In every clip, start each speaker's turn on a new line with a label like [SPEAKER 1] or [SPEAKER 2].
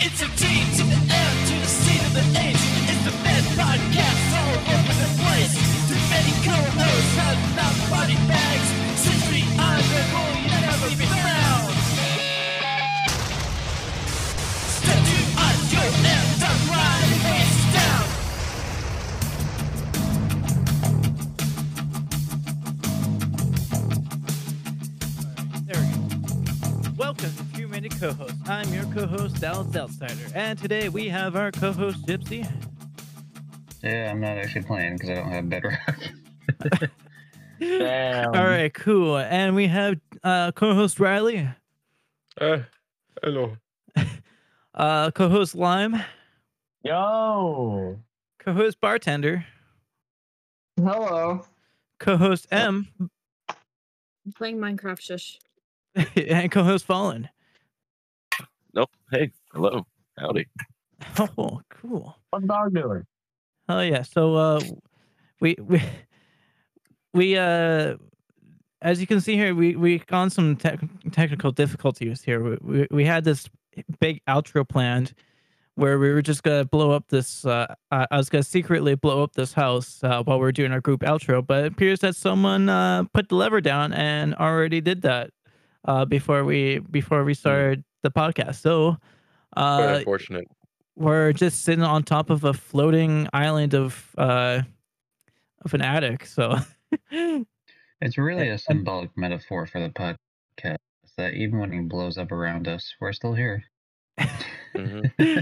[SPEAKER 1] It's a dream to the end, to the sea, to the age. It's the best podcast all over the place. Too many co-hosts have not body bags. Since we are the rule, you never be found. Step to on your end, don't run, face down.
[SPEAKER 2] There we go. Welcome to Two Minute Co-host. I'm your co-host Alex Outsider, and today we have our co-host Gypsy.
[SPEAKER 3] Yeah, I'm not actually playing because I don't have Bedrock. Um,
[SPEAKER 4] Damn.
[SPEAKER 2] All right, cool. And we have uh, co-host Riley,
[SPEAKER 5] Uh, hello.
[SPEAKER 2] uh, co-host Lime,
[SPEAKER 4] Yo.
[SPEAKER 2] co-host Bartender,
[SPEAKER 6] Hello.
[SPEAKER 2] co-host M,
[SPEAKER 7] playing Minecraft shush.
[SPEAKER 2] and co-host Fallen.
[SPEAKER 8] Nope. Hey, hello. Howdy.
[SPEAKER 2] Oh, cool.
[SPEAKER 4] What's dog doing?
[SPEAKER 2] Oh yeah. So uh, we we we uh, as you can see here, we we gone some tech technical difficulties here. We, we we had this big outro planned where we were just gonna blow up this. Uh, I I was gonna secretly blow up this house uh, while we are doing our group outro, but it appears that someone uh, put the lever down and already did that uh, before we before we started the podcast. So.
[SPEAKER 5] Quite
[SPEAKER 2] Uh,
[SPEAKER 5] unfortunate.
[SPEAKER 2] we're just sitting on top of a floating island of uh of an attic so
[SPEAKER 3] It's really a
[SPEAKER 2] and-
[SPEAKER 3] symbolic metaphor for the podcast that even when it blows up around us, we're still here.
[SPEAKER 5] Mhm.
[SPEAKER 2] Yeah.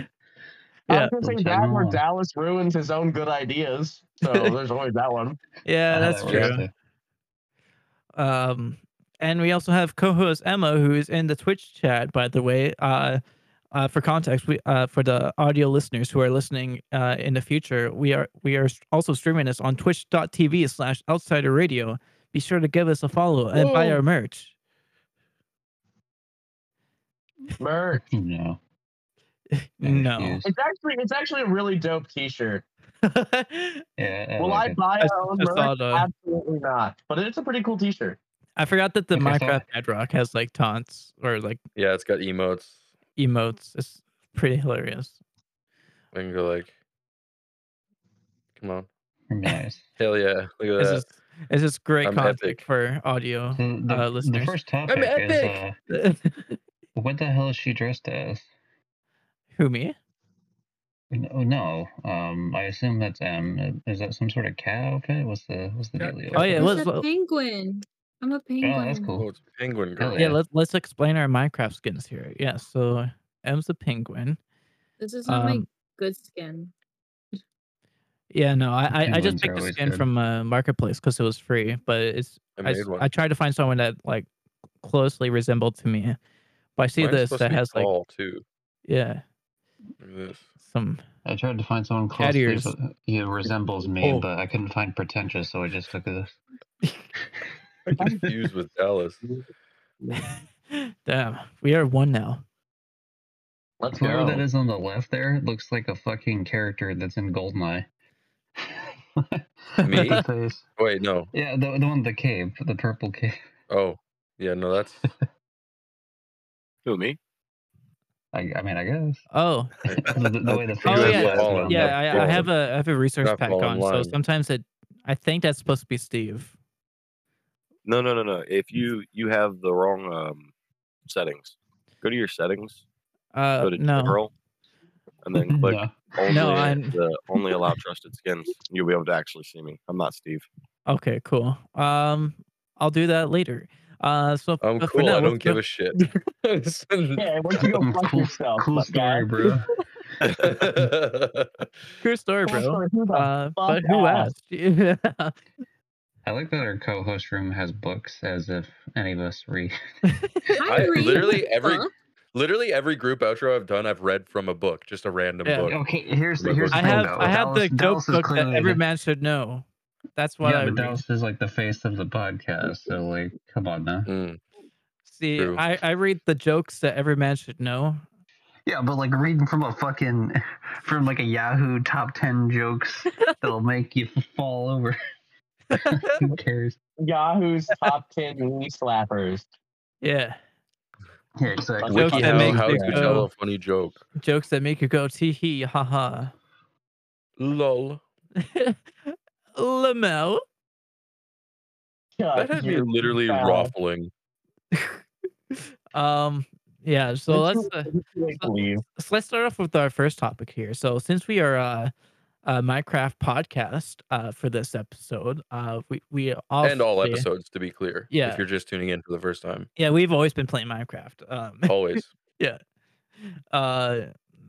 [SPEAKER 4] I was gonna say
[SPEAKER 3] Which I
[SPEAKER 4] that where
[SPEAKER 3] know.
[SPEAKER 4] Dallas ruins his own good ideas. So there's always that one.
[SPEAKER 2] yeah
[SPEAKER 3] Uh,
[SPEAKER 2] that's
[SPEAKER 3] we're
[SPEAKER 2] true
[SPEAKER 3] still-
[SPEAKER 2] um and we also have co-host emma who's in the twitch chat by the way uh uh, for context, we uh, for the audio listeners who are listening uh, in the future, we are we are also streaming this on twitch.tv slash outsider radio. Be sure to give us a follow and buy
[SPEAKER 4] Whoa.
[SPEAKER 2] our merch.
[SPEAKER 4] Merch.
[SPEAKER 3] No.
[SPEAKER 2] No.
[SPEAKER 3] excuse.
[SPEAKER 4] It's actually it's actually a really dope T-shirt.
[SPEAKER 3] Yeah. I
[SPEAKER 4] Will
[SPEAKER 3] like
[SPEAKER 4] I
[SPEAKER 3] it.
[SPEAKER 4] buy
[SPEAKER 2] I
[SPEAKER 4] our own
[SPEAKER 2] s- I saw
[SPEAKER 4] merch?
[SPEAKER 2] the- uh,
[SPEAKER 4] Absolutely not. But it's a pretty cool T-shirt.
[SPEAKER 2] I forgot that the
[SPEAKER 3] Okay, so-
[SPEAKER 2] Minecraft Bedrock has like taunts or like
[SPEAKER 5] Yeah, it's got emotes.
[SPEAKER 2] emotes. It's pretty hilarious.
[SPEAKER 5] I can go like, come on,
[SPEAKER 3] Nice.
[SPEAKER 5] hell yeah, look at
[SPEAKER 2] It's
[SPEAKER 5] that.
[SPEAKER 2] just, it's just great
[SPEAKER 5] I'm
[SPEAKER 2] content
[SPEAKER 5] epic.
[SPEAKER 2] for audio.
[SPEAKER 3] The, the,
[SPEAKER 2] Uh,
[SPEAKER 3] the
[SPEAKER 2] listeners.
[SPEAKER 3] first topic is uh,
[SPEAKER 5] epic!
[SPEAKER 3] what the hell is she dressed as?
[SPEAKER 2] Who me?
[SPEAKER 3] No, oh, no. Um, I assume that's M. Is that some sort of cat outfit? What's the what's the
[SPEAKER 5] Yeah,
[SPEAKER 3] dealio?
[SPEAKER 2] Oh yeah,
[SPEAKER 5] It
[SPEAKER 7] It's
[SPEAKER 2] let's
[SPEAKER 7] a
[SPEAKER 2] let-
[SPEAKER 7] penguin. I'm a penguin.
[SPEAKER 3] Oh, that's
[SPEAKER 5] Oh,
[SPEAKER 3] cool.
[SPEAKER 5] it's Penguin Girl.
[SPEAKER 2] yeah
[SPEAKER 3] yeah.
[SPEAKER 2] let's let's explain our Minecraft skins here. Yeah, so M's a penguin.
[SPEAKER 7] This is not my
[SPEAKER 2] Um,
[SPEAKER 7] good skin.
[SPEAKER 2] Yeah, no, I I, I just picked
[SPEAKER 3] Penguins are
[SPEAKER 2] the
[SPEAKER 3] always
[SPEAKER 2] skin
[SPEAKER 3] good.
[SPEAKER 2] from uh, marketplace because it was free, but it's
[SPEAKER 5] I
[SPEAKER 2] I,
[SPEAKER 5] made
[SPEAKER 2] s-
[SPEAKER 5] one.
[SPEAKER 2] I tried to find someone that like closely resembled to me. But I see
[SPEAKER 5] Mine's
[SPEAKER 2] this
[SPEAKER 5] supposed to
[SPEAKER 2] that
[SPEAKER 5] be
[SPEAKER 2] has like
[SPEAKER 5] tall, too.
[SPEAKER 2] yeah
[SPEAKER 5] Look at this.
[SPEAKER 2] some
[SPEAKER 3] I tried to find someone
[SPEAKER 2] Cat
[SPEAKER 3] closely
[SPEAKER 2] ears.
[SPEAKER 3] that yeah, resembles me,
[SPEAKER 5] Oh.
[SPEAKER 3] but I couldn't find pretentious, so I just took this.
[SPEAKER 5] I'm confused with Dallas.
[SPEAKER 2] damn we are one now.
[SPEAKER 4] Let's
[SPEAKER 3] Whoever
[SPEAKER 4] go.
[SPEAKER 3] that is on the left there looks like a fucking character that's in Goldeneye.
[SPEAKER 5] Me?
[SPEAKER 3] The face.
[SPEAKER 5] Wait, no.
[SPEAKER 3] Yeah, the, the one with the cave, the purple cave.
[SPEAKER 5] Oh, yeah, no, that's
[SPEAKER 8] Who me?
[SPEAKER 3] I, I mean, I guess.
[SPEAKER 2] Oh
[SPEAKER 3] The, the- the way the face
[SPEAKER 2] Oh, yeah.
[SPEAKER 3] is
[SPEAKER 2] Yeah,
[SPEAKER 3] on the-
[SPEAKER 2] yeah, I, I
[SPEAKER 5] yeah.
[SPEAKER 2] have a I have a research
[SPEAKER 5] Not
[SPEAKER 2] pack
[SPEAKER 5] falling
[SPEAKER 2] on, so
[SPEAKER 5] blind.
[SPEAKER 2] sometimes it I think that's supposed to be Steve.
[SPEAKER 8] No, no, no, no. If you you have the wrong um settings, go to your settings.
[SPEAKER 2] Uh,
[SPEAKER 8] Go to
[SPEAKER 2] no,
[SPEAKER 8] general, and then click
[SPEAKER 3] No.
[SPEAKER 8] only
[SPEAKER 2] No, I'm-
[SPEAKER 8] the only allow trusted skins. You'll be able to actually see me. I'm not Steve.
[SPEAKER 2] Okay, cool. Um, I'll do that later. Uh, so
[SPEAKER 5] I'm
[SPEAKER 2] but for
[SPEAKER 5] cool.
[SPEAKER 2] now,
[SPEAKER 5] I don't
[SPEAKER 2] let's
[SPEAKER 5] give
[SPEAKER 2] go-
[SPEAKER 5] a shit.
[SPEAKER 4] Yeah, why don't you go fuck
[SPEAKER 3] Cool-
[SPEAKER 4] yourself?
[SPEAKER 3] Cool
[SPEAKER 4] my guy?
[SPEAKER 3] story, bro.
[SPEAKER 2] True story,
[SPEAKER 4] Cool
[SPEAKER 2] bro.
[SPEAKER 4] story. Who the
[SPEAKER 2] Uh,
[SPEAKER 4] fuck
[SPEAKER 2] but who asked?
[SPEAKER 4] asked?
[SPEAKER 2] Yeah.
[SPEAKER 3] I like that our co host room has books as if any of us read.
[SPEAKER 5] I-
[SPEAKER 7] read
[SPEAKER 5] literally every-
[SPEAKER 7] stuff.
[SPEAKER 5] Literally every group outro I've done, I've read from a book, just a random
[SPEAKER 2] Yeah.
[SPEAKER 5] book.
[SPEAKER 3] Okay, here's the,
[SPEAKER 5] Look,
[SPEAKER 3] here's
[SPEAKER 5] look,
[SPEAKER 3] the
[SPEAKER 2] I
[SPEAKER 5] Cool,
[SPEAKER 3] thing,
[SPEAKER 2] have
[SPEAKER 3] though.
[SPEAKER 2] I have the
[SPEAKER 3] Dallas- Dallas
[SPEAKER 2] dope
[SPEAKER 3] is
[SPEAKER 2] book that
[SPEAKER 3] clearly
[SPEAKER 2] every
[SPEAKER 3] the-
[SPEAKER 2] man should know. That's what I
[SPEAKER 3] Yeah, but
[SPEAKER 2] read.
[SPEAKER 3] Dallas is like the face of the podcast, so like, come on now.
[SPEAKER 5] Mm.
[SPEAKER 2] See,
[SPEAKER 5] True.
[SPEAKER 2] I I read the jokes that every man should know.
[SPEAKER 3] Yeah, but like reading from a fucking from like a Yahoo top ten jokes that'll make you fall over. Who cares?
[SPEAKER 4] Yahoo's top ten knee slappers.
[SPEAKER 2] Yeah.
[SPEAKER 3] Yeah, exactly.
[SPEAKER 2] Joke that
[SPEAKER 5] WikiHow,
[SPEAKER 2] makes
[SPEAKER 5] how
[SPEAKER 2] you
[SPEAKER 5] to tell
[SPEAKER 2] go-
[SPEAKER 5] a funny joke.
[SPEAKER 2] Jokes that make you go tee hee ha ha.
[SPEAKER 5] Lol.
[SPEAKER 2] Lamo.
[SPEAKER 8] Uh,
[SPEAKER 5] That had me
[SPEAKER 4] you're
[SPEAKER 5] literally
[SPEAKER 4] foul.
[SPEAKER 5] ruffling.
[SPEAKER 2] Um. Yeah. So
[SPEAKER 4] That's
[SPEAKER 2] let's. Uh,
[SPEAKER 4] Can't believe.
[SPEAKER 2] so let's start off with our first topic here. So since we are uh, a Minecraft podcast uh, for this episode, uh, we we
[SPEAKER 5] And all
[SPEAKER 2] obviously-
[SPEAKER 5] episodes, to be clear.
[SPEAKER 2] Yeah.
[SPEAKER 5] If you're just tuning in for the first time,
[SPEAKER 2] Yeah, we've always been playing Minecraft. Um,
[SPEAKER 5] always.
[SPEAKER 2] uh,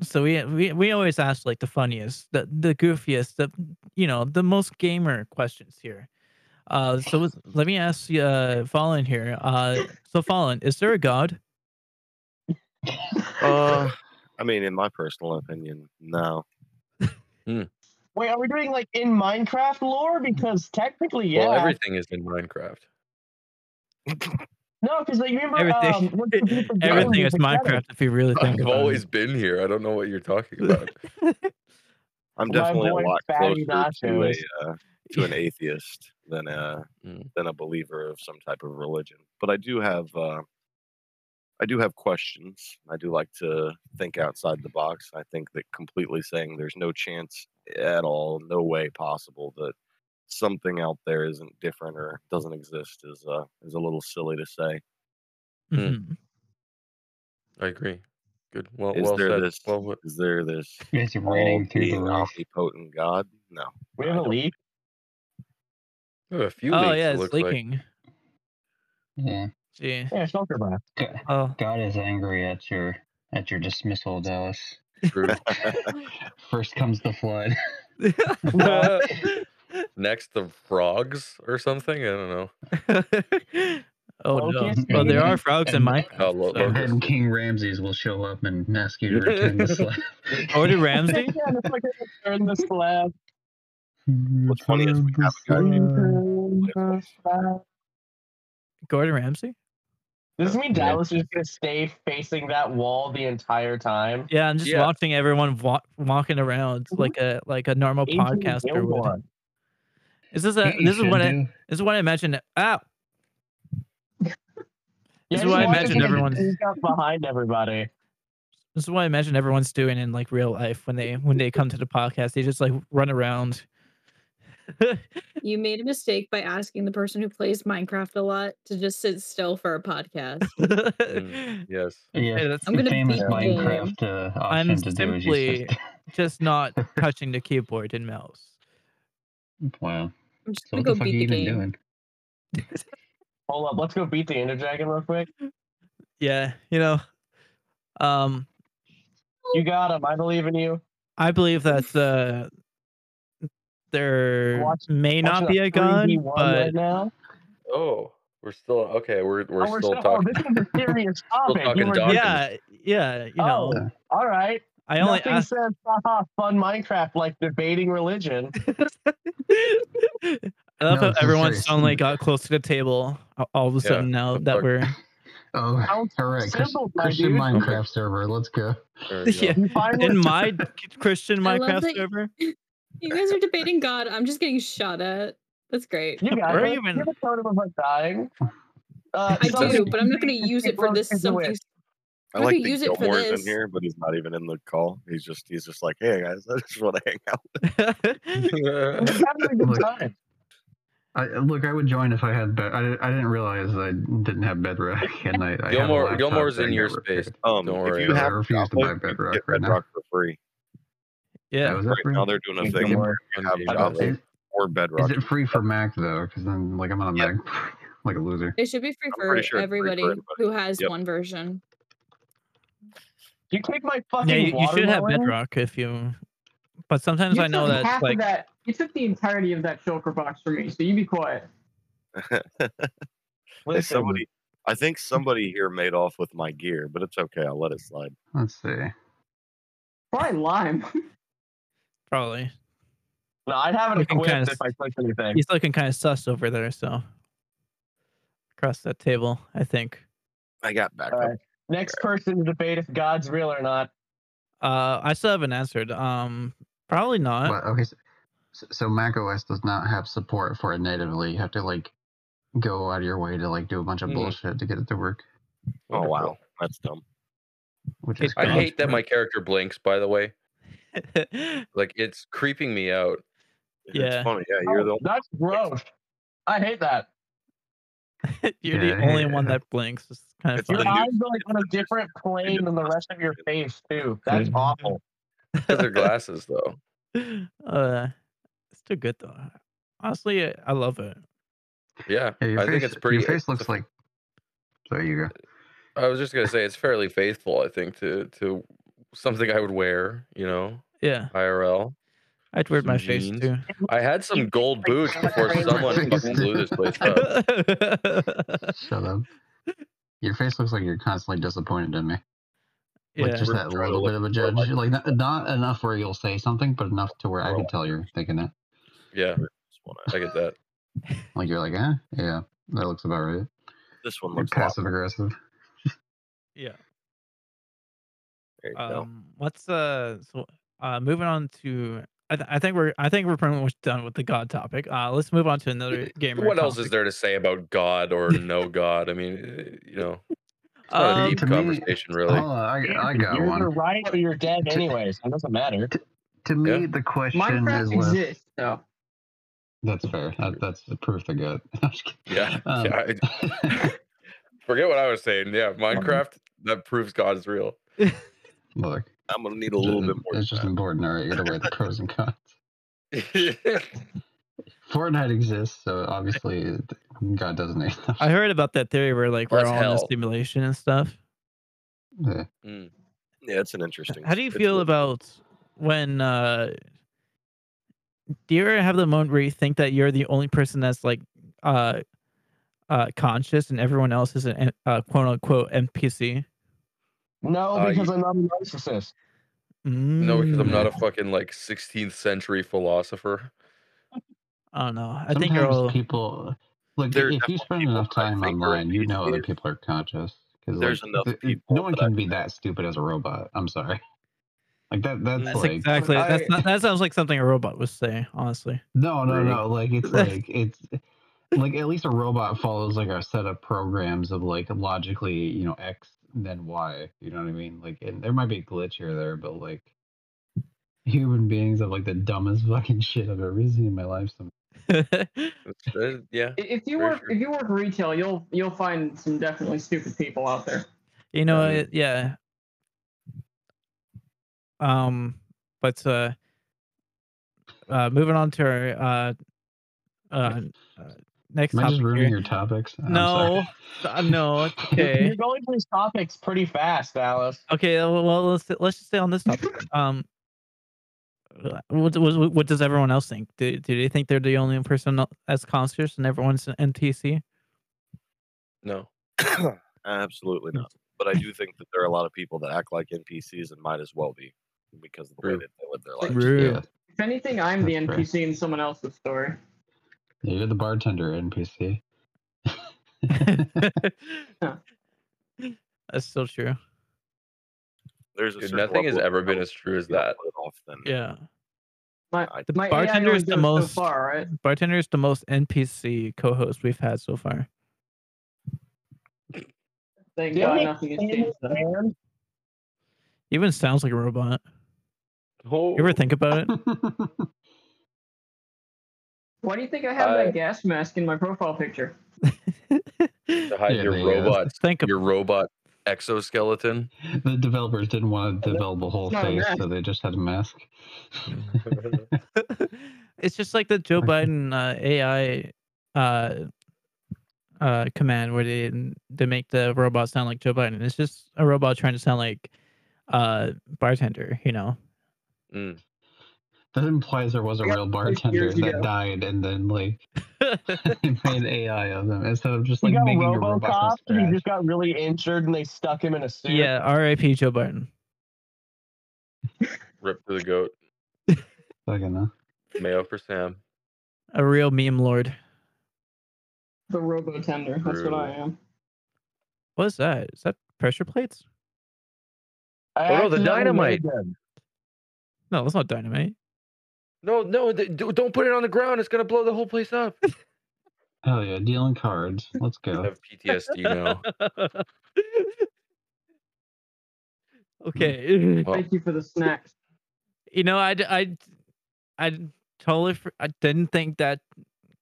[SPEAKER 2] so we we we always ask like the funniest, the the goofiest, the you know the most gamer questions here. Uh, so with- let me ask you, uh, Fallen here. Uh, so Fallen, is there a god?
[SPEAKER 8] Uh, I mean, in my personal opinion, no.
[SPEAKER 4] Wait, are we doing like in Minecraft lore? Because technically, yeah.
[SPEAKER 5] Well, everything is in Minecraft.
[SPEAKER 4] No, because like remember um,
[SPEAKER 2] Everything,
[SPEAKER 4] when the people got
[SPEAKER 2] everything
[SPEAKER 4] it
[SPEAKER 2] is
[SPEAKER 4] together,
[SPEAKER 2] Minecraft. If you really think
[SPEAKER 5] I've
[SPEAKER 2] about it.
[SPEAKER 5] always been here. I don't know what you're talking about.
[SPEAKER 8] I'm
[SPEAKER 4] My
[SPEAKER 8] definitely a
[SPEAKER 4] boy
[SPEAKER 8] lot
[SPEAKER 4] Fatty
[SPEAKER 8] closer to a
[SPEAKER 4] Nachos.
[SPEAKER 8] uh, to an atheist than a
[SPEAKER 5] Mm.
[SPEAKER 8] than a believer of some type of religion. But I do have uh, I do have questions. I do like to think outside the box. I think that completely saying there's no chance at all, no way possible that something out there isn't different or doesn't exist is uh, is a little silly to say.
[SPEAKER 2] Mhm.
[SPEAKER 5] I agree. Good. Well,
[SPEAKER 8] Is
[SPEAKER 5] well
[SPEAKER 8] there
[SPEAKER 5] said.
[SPEAKER 8] this-
[SPEAKER 5] Well, what,
[SPEAKER 8] Is there this
[SPEAKER 3] You guys are running through the
[SPEAKER 8] all-seeing,
[SPEAKER 3] roof.
[SPEAKER 8] omnipotent God? No.
[SPEAKER 4] We have a leak.
[SPEAKER 5] we have a few
[SPEAKER 2] Oh
[SPEAKER 5] leaks,
[SPEAKER 2] yeah,
[SPEAKER 5] it
[SPEAKER 2] it's
[SPEAKER 5] looks like.
[SPEAKER 2] leaking.
[SPEAKER 3] Yeah.
[SPEAKER 2] Gee.
[SPEAKER 4] Yeah, shelter back.
[SPEAKER 3] Go-
[SPEAKER 2] Oh.
[SPEAKER 3] God is angry at your at your dismissal, Dallas.
[SPEAKER 5] True.
[SPEAKER 3] First comes the flood.
[SPEAKER 2] Oh,
[SPEAKER 5] Next, the frogs or something. I don't know.
[SPEAKER 2] oh no.
[SPEAKER 4] Focus,
[SPEAKER 2] Well, there are
[SPEAKER 3] baby.
[SPEAKER 2] frogs in
[SPEAKER 3] And-
[SPEAKER 2] Minecraft.
[SPEAKER 5] Oh, lo-
[SPEAKER 2] so-
[SPEAKER 3] And then King Ramses will show up and ask you to return the slab.
[SPEAKER 2] Order Ramsey.
[SPEAKER 4] yeah, that's like a- turn this slab.
[SPEAKER 8] What's funny is we
[SPEAKER 3] Return
[SPEAKER 8] have a guy
[SPEAKER 3] the
[SPEAKER 2] Gordon Ramsay?
[SPEAKER 4] Does this mean
[SPEAKER 3] Yeah.
[SPEAKER 4] Dallas is just gonna stay facing that wall the entire time?
[SPEAKER 2] Yeah, I'm just
[SPEAKER 5] Yeah.
[SPEAKER 2] watching everyone wa- walking around like a like a normal
[SPEAKER 4] Ancient
[SPEAKER 2] podcaster would.
[SPEAKER 4] Gilmore.
[SPEAKER 2] This is
[SPEAKER 3] slab.
[SPEAKER 2] a
[SPEAKER 3] What you
[SPEAKER 2] Uh, this is
[SPEAKER 3] should
[SPEAKER 2] what I
[SPEAKER 3] do-
[SPEAKER 2] this is what I imagine. ah, Ow! This is
[SPEAKER 4] Yeah,
[SPEAKER 2] what I
[SPEAKER 4] he's
[SPEAKER 2] imagine
[SPEAKER 4] walking-
[SPEAKER 2] everyone's
[SPEAKER 4] he's got behind everybody.
[SPEAKER 2] this is what I imagine everyone's doing in like real life when they when they come to the podcast. They just like run around.
[SPEAKER 7] You made a mistake by asking the person who plays Minecraft a lot to just sit still for a podcast.
[SPEAKER 2] Yeah,
[SPEAKER 5] Yes.
[SPEAKER 3] Yeah,
[SPEAKER 2] that's
[SPEAKER 7] I'm
[SPEAKER 3] the
[SPEAKER 7] gonna
[SPEAKER 3] famous
[SPEAKER 7] beat you.
[SPEAKER 3] Minecraft uh, option
[SPEAKER 2] I'm
[SPEAKER 3] to do is you
[SPEAKER 2] simply- just not touching the keyboard and mouse.
[SPEAKER 3] just wow.
[SPEAKER 7] I'm just
[SPEAKER 3] So
[SPEAKER 7] gonna
[SPEAKER 3] what
[SPEAKER 7] go
[SPEAKER 3] the fuck are you
[SPEAKER 7] beat the
[SPEAKER 3] even
[SPEAKER 7] game.
[SPEAKER 3] doing?
[SPEAKER 4] Hold up, let's go beat the Ender Dragon real quick.
[SPEAKER 2] Yeah, you know. Um
[SPEAKER 4] You got him. I believe in you.
[SPEAKER 2] I believe that uh, there
[SPEAKER 4] Watch-
[SPEAKER 2] may not
[SPEAKER 4] Watching
[SPEAKER 2] be a god,
[SPEAKER 4] 3v1
[SPEAKER 2] but
[SPEAKER 4] right now.
[SPEAKER 5] Oh, we're still okay. We're we're,
[SPEAKER 4] Oh,
[SPEAKER 5] still,
[SPEAKER 4] oh,
[SPEAKER 5] talking.
[SPEAKER 4] this is a serious topic. You
[SPEAKER 5] talking
[SPEAKER 4] were-
[SPEAKER 5] dog.
[SPEAKER 2] yeah, yeah, you know,
[SPEAKER 4] Oh, all right.
[SPEAKER 2] I only
[SPEAKER 4] Nothing
[SPEAKER 2] asked.
[SPEAKER 4] says haha, fun Minecraft like debating religion.
[SPEAKER 2] I love
[SPEAKER 3] No,
[SPEAKER 2] how
[SPEAKER 3] it's so
[SPEAKER 2] everyone
[SPEAKER 3] serious.
[SPEAKER 2] suddenly got close to the table a- all of a
[SPEAKER 5] Yeah,
[SPEAKER 2] sudden now
[SPEAKER 5] I'm
[SPEAKER 2] that
[SPEAKER 5] sorry.
[SPEAKER 2] we're
[SPEAKER 3] Oh,
[SPEAKER 4] Sounds
[SPEAKER 3] all right, Chris,
[SPEAKER 4] simple, my
[SPEAKER 3] Christian
[SPEAKER 4] dude.
[SPEAKER 3] Minecraft server. Let's go.
[SPEAKER 5] There we go.
[SPEAKER 2] yeah,
[SPEAKER 4] You finally
[SPEAKER 2] in my k- Christian
[SPEAKER 7] I love
[SPEAKER 2] Minecraft
[SPEAKER 7] that-
[SPEAKER 2] server.
[SPEAKER 7] You guys are debating God. I'm just getting shot at. That's great.
[SPEAKER 4] You got
[SPEAKER 2] Where
[SPEAKER 4] it.
[SPEAKER 2] you
[SPEAKER 4] You
[SPEAKER 2] in-
[SPEAKER 4] have a totem of us dying. Uh,
[SPEAKER 7] I
[SPEAKER 4] something
[SPEAKER 7] do, but I'm not going to
[SPEAKER 4] completely
[SPEAKER 7] use it for this
[SPEAKER 4] broken to
[SPEAKER 7] something.
[SPEAKER 4] it.
[SPEAKER 8] I
[SPEAKER 7] Why do
[SPEAKER 8] like
[SPEAKER 7] you
[SPEAKER 8] that
[SPEAKER 7] use it for
[SPEAKER 8] Gilmore's in
[SPEAKER 7] this?
[SPEAKER 8] here, but he's not even in the call. He's just he's just like, hey guys, I just want to hang out.
[SPEAKER 4] We're having a good
[SPEAKER 3] Look.
[SPEAKER 4] time.
[SPEAKER 3] I, look, I would join if I had. Bed, I, I didn't realize I didn't have Bedrock, and I, I have a
[SPEAKER 5] Gilmore-
[SPEAKER 3] laptop
[SPEAKER 5] Gilmore's
[SPEAKER 3] that I
[SPEAKER 5] in your
[SPEAKER 3] never
[SPEAKER 5] space.
[SPEAKER 3] picked.
[SPEAKER 8] Um,
[SPEAKER 5] Don't
[SPEAKER 8] if
[SPEAKER 5] worry,
[SPEAKER 8] you
[SPEAKER 5] I
[SPEAKER 8] have
[SPEAKER 3] refuse to
[SPEAKER 8] Jobway,
[SPEAKER 3] buy
[SPEAKER 8] you can
[SPEAKER 3] Bedrock
[SPEAKER 8] get
[SPEAKER 3] right now.
[SPEAKER 8] Bedrock for free.
[SPEAKER 2] yeah,
[SPEAKER 3] Was that
[SPEAKER 8] Right
[SPEAKER 3] free?
[SPEAKER 8] now they're doing a
[SPEAKER 4] Thank
[SPEAKER 8] thing
[SPEAKER 4] you,
[SPEAKER 8] where you
[SPEAKER 5] Mark.
[SPEAKER 8] have
[SPEAKER 5] I don't
[SPEAKER 8] Jobway
[SPEAKER 3] Is,
[SPEAKER 8] or
[SPEAKER 3] is
[SPEAKER 8] Bedrock.
[SPEAKER 3] it free for Mac though? Because then, like, I'm on a
[SPEAKER 8] Yeah.
[SPEAKER 3] Mac, like a loser.
[SPEAKER 7] It should be free
[SPEAKER 8] I'm
[SPEAKER 7] for
[SPEAKER 8] pretty sure it's free for
[SPEAKER 7] everybody
[SPEAKER 8] everybody.
[SPEAKER 7] who has
[SPEAKER 8] Yep.
[SPEAKER 7] one version.
[SPEAKER 4] You click my fucking
[SPEAKER 2] yeah. You, you should have
[SPEAKER 4] watermelon?
[SPEAKER 2] Bedrock if you. But sometimes I
[SPEAKER 6] You
[SPEAKER 2] know
[SPEAKER 6] took
[SPEAKER 2] that's
[SPEAKER 6] half
[SPEAKER 2] like
[SPEAKER 6] of that. You took the entirety of that shulker box for me, so you be quiet.
[SPEAKER 8] Hey,
[SPEAKER 4] Listen,
[SPEAKER 8] somebody, I think somebody here made off with my gear, but it's okay. I'll let it slide.
[SPEAKER 3] Let's see.
[SPEAKER 6] Probably lime.
[SPEAKER 2] probably.
[SPEAKER 4] No, I'd have it
[SPEAKER 2] You can
[SPEAKER 4] equipped
[SPEAKER 2] kinda
[SPEAKER 4] if I clicked anything.
[SPEAKER 2] He's looking kind of sus over there, so across that table, I think.
[SPEAKER 8] I got back.
[SPEAKER 4] All
[SPEAKER 8] up.
[SPEAKER 4] right. Next person to debate if God's real or not.
[SPEAKER 2] Uh, I still haven't answered. Um, probably not.
[SPEAKER 3] But, okay, so, so Mac OS does not have support for it natively. You have to like go out of your way to like do a bunch of
[SPEAKER 5] Mhm.
[SPEAKER 3] bullshit to get it to work.
[SPEAKER 8] Oh, wow.
[SPEAKER 5] Wonderful.
[SPEAKER 8] That's dumb.
[SPEAKER 3] Which is
[SPEAKER 5] I
[SPEAKER 3] God's
[SPEAKER 5] hate that my
[SPEAKER 3] work.
[SPEAKER 5] character blinks. By the way,
[SPEAKER 2] yeah.
[SPEAKER 5] like it's creeping me out.
[SPEAKER 2] Yeah.
[SPEAKER 8] It's funny. Yeah, you're the
[SPEAKER 4] Oh,
[SPEAKER 8] only
[SPEAKER 4] that's gross. I hate that.
[SPEAKER 2] You're
[SPEAKER 3] Yeah,
[SPEAKER 2] the only one
[SPEAKER 3] yeah.
[SPEAKER 2] that blinks. It's kind of
[SPEAKER 8] It's
[SPEAKER 4] Your
[SPEAKER 8] Dude.
[SPEAKER 2] funny.
[SPEAKER 4] eyes are like on a different plane than the rest of your face too. That's
[SPEAKER 3] Mhm.
[SPEAKER 4] awful.
[SPEAKER 5] Because they're glasses, though.
[SPEAKER 2] Uh, it's too good though. Honestly, I- I love it.
[SPEAKER 5] Yeah,
[SPEAKER 3] Yeah, your
[SPEAKER 5] I
[SPEAKER 3] face,
[SPEAKER 5] think it's pretty.
[SPEAKER 3] Your face
[SPEAKER 5] it's-
[SPEAKER 3] looks like. There you go.
[SPEAKER 5] I was just gonna say it's fairly faithful. I think to to something I would wear. You know,
[SPEAKER 2] Yeah,
[SPEAKER 5] IRL.
[SPEAKER 2] I'd wear
[SPEAKER 5] Some
[SPEAKER 2] my face
[SPEAKER 5] jeans.
[SPEAKER 2] too.
[SPEAKER 5] I had some gold boots before someone fucking blew this place up.
[SPEAKER 2] yeah,
[SPEAKER 3] Shut up. Your face looks like you're constantly disappointed in me. Like just
[SPEAKER 5] We're
[SPEAKER 3] that
[SPEAKER 5] trying to
[SPEAKER 3] little
[SPEAKER 5] look
[SPEAKER 3] bit of a
[SPEAKER 5] more
[SPEAKER 3] judge. Like
[SPEAKER 5] like-
[SPEAKER 3] not, not enough where you'll say something, but enough to where I can tell you're thinking it.
[SPEAKER 5] Yeah,
[SPEAKER 8] this one.
[SPEAKER 5] I get that.
[SPEAKER 3] Like you're like, eh, yeah, that looks about right.
[SPEAKER 8] This one
[SPEAKER 3] You're
[SPEAKER 8] looks a lot-
[SPEAKER 3] passive aggressive.
[SPEAKER 2] yeah.
[SPEAKER 8] There you go.
[SPEAKER 2] Um, what's uh, so uh, moving on to. I, th- I think we're I think we're pretty much done with the God topic. Uh, let's move on to another gamer.
[SPEAKER 5] What else is
[SPEAKER 2] topic.
[SPEAKER 5] there to say about God or no God? I mean, eh, you know, it's not
[SPEAKER 2] Um,
[SPEAKER 5] a deep
[SPEAKER 3] To me-
[SPEAKER 5] conversation, really.
[SPEAKER 3] Hold on, I, I got
[SPEAKER 4] you're either
[SPEAKER 3] one.
[SPEAKER 4] right or you're dead anyway, so it doesn't matter.
[SPEAKER 3] To me, the question is
[SPEAKER 6] Minecraft
[SPEAKER 3] left.
[SPEAKER 6] exists, though.
[SPEAKER 3] That's fair. That, that's the proof I got. I'm just kidding.
[SPEAKER 5] Yeah,
[SPEAKER 3] Um,
[SPEAKER 5] yeah, I- forget what I was saying. Yeah, Minecraft that proves God is real.
[SPEAKER 3] Look,
[SPEAKER 8] I'm gonna need a little bit more.
[SPEAKER 3] It's just
[SPEAKER 8] than
[SPEAKER 3] important. All right, you gotta weigh the pros and cons.
[SPEAKER 5] yeah,
[SPEAKER 3] Fortnite exists, so obviously God doesn't exist.
[SPEAKER 2] I heard about that theory where like we're
[SPEAKER 5] Plus
[SPEAKER 2] all in a
[SPEAKER 5] hell.
[SPEAKER 2] simulation and stuff.
[SPEAKER 3] Yeah.
[SPEAKER 8] that. Yeah, it's an interesting.
[SPEAKER 2] How do you
[SPEAKER 8] it's
[SPEAKER 2] feel
[SPEAKER 8] a-
[SPEAKER 2] about when uh do you ever have the moment where you think that you're the only person that's like uh uh conscious and everyone else is an N- uh, quote unquote NPC?
[SPEAKER 4] No,
[SPEAKER 5] Uh,
[SPEAKER 4] because
[SPEAKER 5] you-
[SPEAKER 4] I'm not a narcissist.
[SPEAKER 5] No, because I'm
[SPEAKER 2] Mm,
[SPEAKER 5] not a fucking like 16th century philosopher.
[SPEAKER 2] I don't know. I
[SPEAKER 3] Sometimes
[SPEAKER 2] think you're all
[SPEAKER 3] people look
[SPEAKER 8] There are
[SPEAKER 3] if you
[SPEAKER 8] definitely
[SPEAKER 3] spend
[SPEAKER 8] people
[SPEAKER 3] enough
[SPEAKER 8] that I
[SPEAKER 3] time
[SPEAKER 8] think are
[SPEAKER 3] online, you know other
[SPEAKER 8] NPCs.
[SPEAKER 3] people are conscious. 'cause,
[SPEAKER 8] There's
[SPEAKER 3] like,
[SPEAKER 8] enough
[SPEAKER 3] th-
[SPEAKER 8] people
[SPEAKER 3] No one
[SPEAKER 8] that
[SPEAKER 3] can
[SPEAKER 8] I-
[SPEAKER 3] be that stupid as a robot. I'm sorry. Like that. That's,
[SPEAKER 2] that's
[SPEAKER 3] like
[SPEAKER 2] exactly that's
[SPEAKER 4] I-
[SPEAKER 2] not, that sounds like something a robot would say, honestly.
[SPEAKER 3] no, no,
[SPEAKER 5] Agree.
[SPEAKER 3] no. Like it's like it's like at least a robot follows like our set of programs of like logically, you know, X then Y. You know what I mean? Like, and there might be a glitch here or there, but like human beings have like the dumbest fucking shit I've ever seen in my life. Some
[SPEAKER 5] It's- uh, yeah,
[SPEAKER 6] I- If you
[SPEAKER 5] Very
[SPEAKER 6] work,
[SPEAKER 5] true.
[SPEAKER 6] if you work retail, you'll you'll find some definitely stupid people out there.
[SPEAKER 2] you know,
[SPEAKER 5] Yeah.
[SPEAKER 2] it- yeah. Um, but uh, uh, moving on to our uh, uh, uh next
[SPEAKER 3] Am I
[SPEAKER 2] topic.
[SPEAKER 3] just ruining
[SPEAKER 2] here.
[SPEAKER 3] your topics? I'm
[SPEAKER 2] No,
[SPEAKER 3] sorry.
[SPEAKER 2] uh, no, it's okay,
[SPEAKER 4] You're going through these topics pretty fast, Alice.
[SPEAKER 2] okay. Well, well, let's let's just stay on this topic. Um, uh, what, what, what does everyone else think? Do, do they think they're the only person not- as conscious and everyone's an NTC?
[SPEAKER 5] no.
[SPEAKER 8] Absolutely
[SPEAKER 5] Hmm.
[SPEAKER 8] not. But I do think that there are a lot of people that act like NPCs and might as well be because of the way
[SPEAKER 5] True.
[SPEAKER 8] that they live their lives.
[SPEAKER 3] Yeah.
[SPEAKER 6] If anything, I'm the
[SPEAKER 3] That's right.
[SPEAKER 6] NPC in someone else's story.
[SPEAKER 3] You're the bartender NPC.
[SPEAKER 6] Yeah.
[SPEAKER 2] That's still true.
[SPEAKER 8] There's a
[SPEAKER 5] Dude,
[SPEAKER 8] certain
[SPEAKER 5] nothing has
[SPEAKER 8] level of
[SPEAKER 5] ever been
[SPEAKER 8] knowledge
[SPEAKER 5] as true as
[SPEAKER 8] you don't
[SPEAKER 5] that.
[SPEAKER 8] put it off then.
[SPEAKER 2] Yeah.
[SPEAKER 6] My,
[SPEAKER 8] I-
[SPEAKER 2] The
[SPEAKER 6] my
[SPEAKER 2] bartender
[SPEAKER 6] AI
[SPEAKER 2] is
[SPEAKER 6] only
[SPEAKER 2] the
[SPEAKER 6] goes
[SPEAKER 2] most-
[SPEAKER 6] so far, right?
[SPEAKER 2] Bartender is the most NPC co-host we've had so far.
[SPEAKER 6] Thank
[SPEAKER 4] Yeah.
[SPEAKER 6] God nothing has changed. that.
[SPEAKER 4] And
[SPEAKER 2] Even sounds like a robot.
[SPEAKER 5] Oh,
[SPEAKER 2] You ever think about it?
[SPEAKER 6] Why do you think I have
[SPEAKER 5] I-
[SPEAKER 4] Uh,
[SPEAKER 6] that gas mask in my profile picture?
[SPEAKER 5] to hide
[SPEAKER 3] Yeah,
[SPEAKER 5] your
[SPEAKER 3] they, uh,
[SPEAKER 5] robot,
[SPEAKER 2] Think
[SPEAKER 5] your robot exoskeleton.
[SPEAKER 3] the developers didn't want to develop a whole
[SPEAKER 6] No,
[SPEAKER 3] face,
[SPEAKER 6] yeah.
[SPEAKER 3] so they just had a mask.
[SPEAKER 2] about It's just like the Joe
[SPEAKER 3] Okay.
[SPEAKER 2] Biden uh, AI uh, uh, command where they they make the robot sound like Joe Biden. It's just a robot trying to sound like uh bartender, you know.
[SPEAKER 5] Mm.
[SPEAKER 3] That implies there was a
[SPEAKER 6] Yeah,
[SPEAKER 3] real
[SPEAKER 6] years
[SPEAKER 3] bartender that
[SPEAKER 6] ago.
[SPEAKER 3] died, and then like they made AI of them instead of just
[SPEAKER 4] you
[SPEAKER 3] like
[SPEAKER 4] got
[SPEAKER 3] making a robot
[SPEAKER 4] Robocop,
[SPEAKER 3] from
[SPEAKER 4] and he
[SPEAKER 3] scratch.
[SPEAKER 4] just got really injured and they stuck him in a suit.
[SPEAKER 2] yeah, R.I.P. Joe Biden.
[SPEAKER 5] Rip to the goat.
[SPEAKER 3] Fucking hell.
[SPEAKER 5] Mayo for Sam.
[SPEAKER 2] A real meme lord.
[SPEAKER 6] The robo tender. That's what I am.
[SPEAKER 2] What's that? Is that pressure plates?
[SPEAKER 5] Oh,
[SPEAKER 4] I
[SPEAKER 5] no, the
[SPEAKER 4] accidentally
[SPEAKER 5] dynamite.
[SPEAKER 4] made them.
[SPEAKER 2] No, that's not dynamite.
[SPEAKER 5] No, no, th- d- don't put it on the ground. It's gonna blow the whole place up.
[SPEAKER 3] Hell yeah, dealing cards. Let's
[SPEAKER 5] I
[SPEAKER 3] go.
[SPEAKER 5] have PTSD now.
[SPEAKER 2] Okay.
[SPEAKER 5] Well,
[SPEAKER 6] Thank you for the snacks.
[SPEAKER 2] You know, I, d- I, d- I d- totally fr- I didn't think that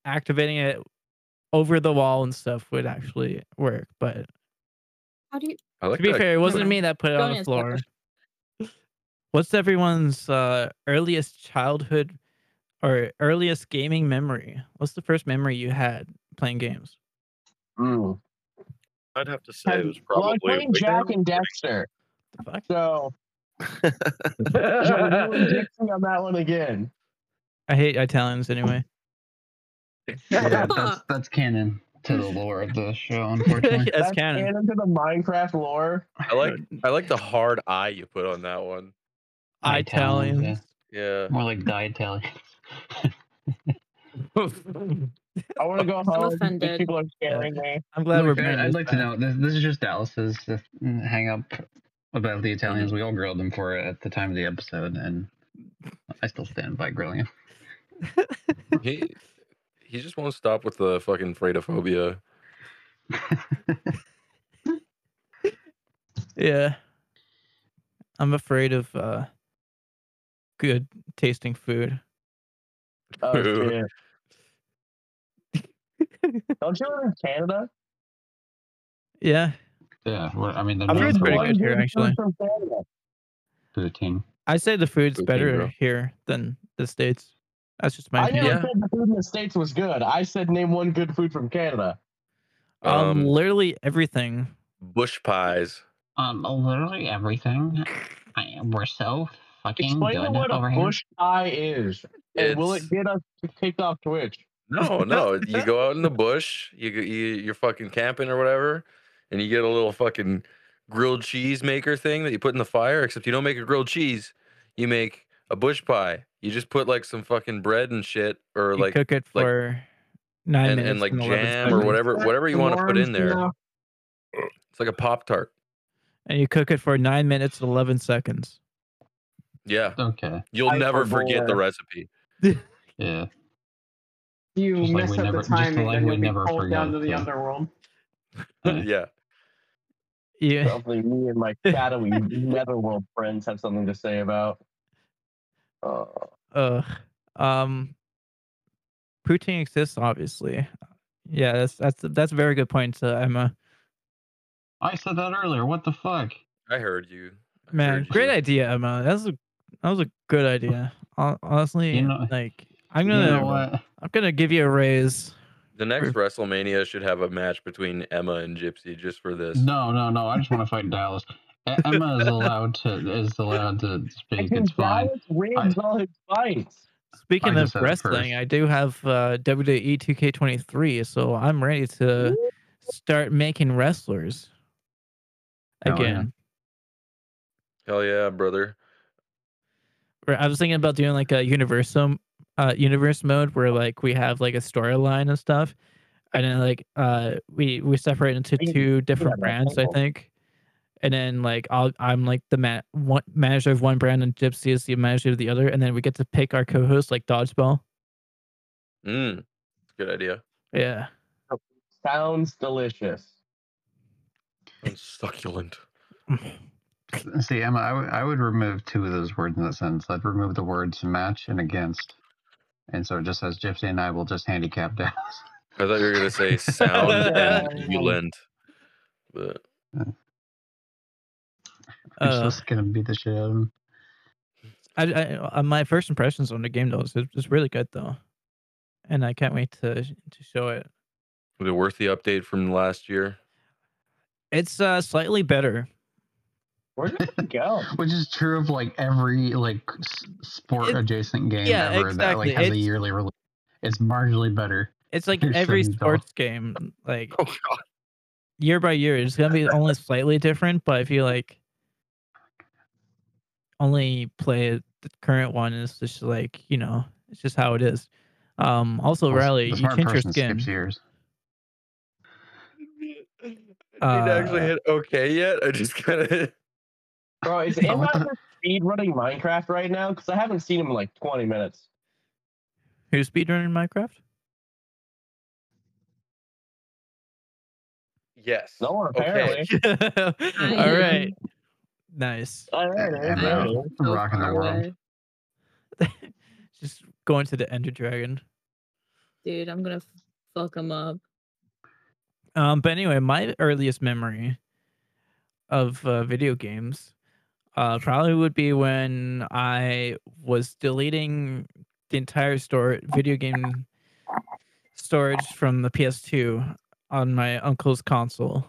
[SPEAKER 2] activating it over the wall and stuff would actually work. But
[SPEAKER 7] How do you?
[SPEAKER 5] I like
[SPEAKER 2] to be
[SPEAKER 5] that.
[SPEAKER 2] fair, it wasn't
[SPEAKER 7] Never
[SPEAKER 2] me that put it
[SPEAKER 7] Don't
[SPEAKER 2] on the
[SPEAKER 7] answer that
[SPEAKER 2] floor.
[SPEAKER 7] question.
[SPEAKER 2] What's everyone's uh, earliest childhood or earliest gaming memory? What's the first memory you had playing games?
[SPEAKER 4] Mm.
[SPEAKER 8] I'd have to say it was
[SPEAKER 4] Well,
[SPEAKER 8] probably
[SPEAKER 4] I'm playing Jack and Dexter,
[SPEAKER 2] The fuck?
[SPEAKER 4] so I'm really Dixie on that one again.
[SPEAKER 2] I hate Italians anyway.
[SPEAKER 3] Yeah, that's that's canon to the lore of the show, unfortunately.
[SPEAKER 2] That's canon.
[SPEAKER 4] canon to the Minecraft lore.
[SPEAKER 5] I like I like the hard eye you put on that one.
[SPEAKER 2] Italians.
[SPEAKER 3] Italians,
[SPEAKER 5] Yeah.
[SPEAKER 3] More like die Italians.
[SPEAKER 4] I want to go home. These
[SPEAKER 7] offended.
[SPEAKER 4] people are scaring me.
[SPEAKER 2] I'm glad we're.
[SPEAKER 3] Look, I-
[SPEAKER 2] bringing
[SPEAKER 3] I'd
[SPEAKER 2] this
[SPEAKER 3] like to
[SPEAKER 2] back.
[SPEAKER 3] know. This, this is just Dallas's uh, hang up about the Italians. We all grilled him for it at the time of the episode, and I still stand by grilling him.
[SPEAKER 5] He he just won't stop with the fucking freightophobia.
[SPEAKER 2] Yeah. I'm afraid of uh good tasting food.
[SPEAKER 4] Oh,
[SPEAKER 5] Ooh.
[SPEAKER 4] shit. Don't you live in Canada?
[SPEAKER 2] Yeah.
[SPEAKER 3] Yeah, well, I mean, they're
[SPEAKER 4] I'm
[SPEAKER 3] known
[SPEAKER 2] food's
[SPEAKER 3] for
[SPEAKER 2] pretty
[SPEAKER 3] what?
[SPEAKER 2] good here, actually.
[SPEAKER 4] From Canada.
[SPEAKER 3] Poutine.
[SPEAKER 2] I say the food's
[SPEAKER 5] Poutine,
[SPEAKER 2] better
[SPEAKER 5] bro.
[SPEAKER 2] here than the States. That's just my
[SPEAKER 4] I never
[SPEAKER 2] opinion.
[SPEAKER 5] Yeah.
[SPEAKER 4] said the food in the states was good. I said name one good food from Canada.
[SPEAKER 2] Um,
[SPEAKER 5] Um,
[SPEAKER 2] literally everything.
[SPEAKER 5] bush pies.
[SPEAKER 3] Um, literally everything. I, we're so fucking
[SPEAKER 4] Explain
[SPEAKER 3] good
[SPEAKER 4] what
[SPEAKER 3] over
[SPEAKER 4] a
[SPEAKER 3] here.
[SPEAKER 4] bush eye is, and will it
[SPEAKER 5] It's-
[SPEAKER 4] get us kicked off Twitch?
[SPEAKER 5] No, no. You go out in the bush. You, go- you you're fucking camping or whatever, and you get a little fucking grilled cheese maker thing that you put in the fire. Except you don't make a grilled cheese. You make a bush pie. You just put like some fucking bread and shit, or
[SPEAKER 2] You
[SPEAKER 5] like
[SPEAKER 2] cook it
[SPEAKER 5] like-
[SPEAKER 2] for nine
[SPEAKER 5] and,
[SPEAKER 2] minutes
[SPEAKER 5] and like
[SPEAKER 2] 11
[SPEAKER 5] jam or
[SPEAKER 2] seconds,
[SPEAKER 5] whatever whatever you want to put in
[SPEAKER 6] Alarms,
[SPEAKER 5] there.
[SPEAKER 6] yeah.
[SPEAKER 5] It's like a pop tart.
[SPEAKER 2] And you cook it for nine minutes and eleven seconds.
[SPEAKER 5] Yeah,
[SPEAKER 3] Okay.
[SPEAKER 5] you'll
[SPEAKER 4] Ice
[SPEAKER 5] never
[SPEAKER 4] or
[SPEAKER 5] forget the
[SPEAKER 4] bowl.
[SPEAKER 5] recipe.
[SPEAKER 3] Yeah.
[SPEAKER 6] You
[SPEAKER 3] Just like
[SPEAKER 6] mess
[SPEAKER 3] we
[SPEAKER 6] up
[SPEAKER 3] never-
[SPEAKER 6] the
[SPEAKER 3] just like
[SPEAKER 6] timing, then
[SPEAKER 3] we
[SPEAKER 6] you'll be
[SPEAKER 3] never
[SPEAKER 6] pulled down to
[SPEAKER 3] forgot
[SPEAKER 6] the
[SPEAKER 3] that.
[SPEAKER 6] underworld.
[SPEAKER 3] Yeah.
[SPEAKER 5] yeah,
[SPEAKER 2] Yeah.
[SPEAKER 4] Probably me and my shadowy netherworld friends have something to say about. Uh,
[SPEAKER 2] Ugh. Um poutine exists obviously. Yeah, that's that's that's a very good point, uh, Emma.
[SPEAKER 3] I said that earlier. What the fuck?
[SPEAKER 5] I heard you. I
[SPEAKER 2] Man,
[SPEAKER 5] heard
[SPEAKER 2] great
[SPEAKER 5] you.
[SPEAKER 2] idea, Emma. That's a that was a good idea. Hon- Honestly,
[SPEAKER 3] You know-
[SPEAKER 2] like I'm
[SPEAKER 3] You
[SPEAKER 2] gonna
[SPEAKER 3] know what?
[SPEAKER 2] I'm gonna give you a raise.
[SPEAKER 5] The next WrestleMania should have a match between Emma and Gypsy just for this.
[SPEAKER 3] No, no, no. I just want to fight Dallas. E- Emma is allowed to is allowed to speak. It's fine.
[SPEAKER 4] Dallas wins all his fights.
[SPEAKER 2] Speaking of
[SPEAKER 3] just said it
[SPEAKER 2] wrestling,
[SPEAKER 3] first.
[SPEAKER 2] I do have uh, WWE 2K23, so I'm ready to start making wrestlers
[SPEAKER 3] Hell yeah.
[SPEAKER 2] again.
[SPEAKER 5] Hell yeah, brother.
[SPEAKER 2] Or I was thinking about doing like a universal uh, universe mode where like we have like a storyline and stuff, and then like uh, we we separate into
[SPEAKER 4] Maybe.
[SPEAKER 2] two different
[SPEAKER 4] that's
[SPEAKER 2] brands, I
[SPEAKER 4] cool.
[SPEAKER 2] think. And then like I'll, I'm like the ma- one, manager of one brand, and Gypsy is the manager of the other, and then we get to pick our co-host like dodgeball.
[SPEAKER 5] Mm, good idea.
[SPEAKER 2] Yeah.
[SPEAKER 4] Sounds delicious.
[SPEAKER 5] And succulent.
[SPEAKER 3] Uh, See, Emma, I would- I would remove two of those words in that sentence. I'd remove the words match and against. And so it just says Gypsy and I will just handicap Dallas.
[SPEAKER 5] I thought you were gonna say sound and lent, but
[SPEAKER 3] I'm
[SPEAKER 2] Uh,
[SPEAKER 3] just going to beat the shit out of him.
[SPEAKER 2] I, I uh, my first impressions on the game though is it's it's really good though, and I can't wait to to show it.
[SPEAKER 5] was it worth the update from last year?
[SPEAKER 2] It's uh, slightly better.
[SPEAKER 4] Where did it go?
[SPEAKER 3] Which is true of like every like s- sport
[SPEAKER 2] It-
[SPEAKER 3] adjacent game
[SPEAKER 2] yeah,
[SPEAKER 3] ever that
[SPEAKER 2] exactly.
[SPEAKER 3] like has a
[SPEAKER 2] It's-
[SPEAKER 3] yearly release. It's marginally better.
[SPEAKER 2] It's like
[SPEAKER 3] You're
[SPEAKER 2] every
[SPEAKER 3] saying, though.
[SPEAKER 2] sports game, like
[SPEAKER 8] Oh god.
[SPEAKER 2] year by year, it's gonna be only slightly different. But if you like only play it, the current one, it's just like you know, it's just how it is. Um, also,
[SPEAKER 3] Well, s-
[SPEAKER 2] Riley, you
[SPEAKER 3] the smart
[SPEAKER 2] change your
[SPEAKER 3] person
[SPEAKER 2] skin.
[SPEAKER 3] skips years.
[SPEAKER 5] I didn't actually
[SPEAKER 2] Uh,
[SPEAKER 5] hit okay yet. I just kind of
[SPEAKER 4] Bro, is
[SPEAKER 3] Oh,
[SPEAKER 4] Emma
[SPEAKER 3] what the-
[SPEAKER 4] speed running Minecraft right now? Because I haven't seen him in like 20 minutes.
[SPEAKER 2] Who's speedrunning Minecraft?
[SPEAKER 5] yes.
[SPEAKER 4] No one
[SPEAKER 5] Okay.
[SPEAKER 4] apparently.
[SPEAKER 2] All right. Nice.
[SPEAKER 4] All right, all
[SPEAKER 3] And,
[SPEAKER 4] right.
[SPEAKER 3] uh,
[SPEAKER 7] So
[SPEAKER 3] rocking the
[SPEAKER 7] far
[SPEAKER 3] world.
[SPEAKER 7] away.
[SPEAKER 2] Just going to the Ender Dragon.
[SPEAKER 7] Dude, I'm gonna f- fuck him up.
[SPEAKER 2] Um, but anyway, my earliest memory of uh, video games uh, probably would be when I was deleting the entire store video game storage from the PS2 on my uncle's console.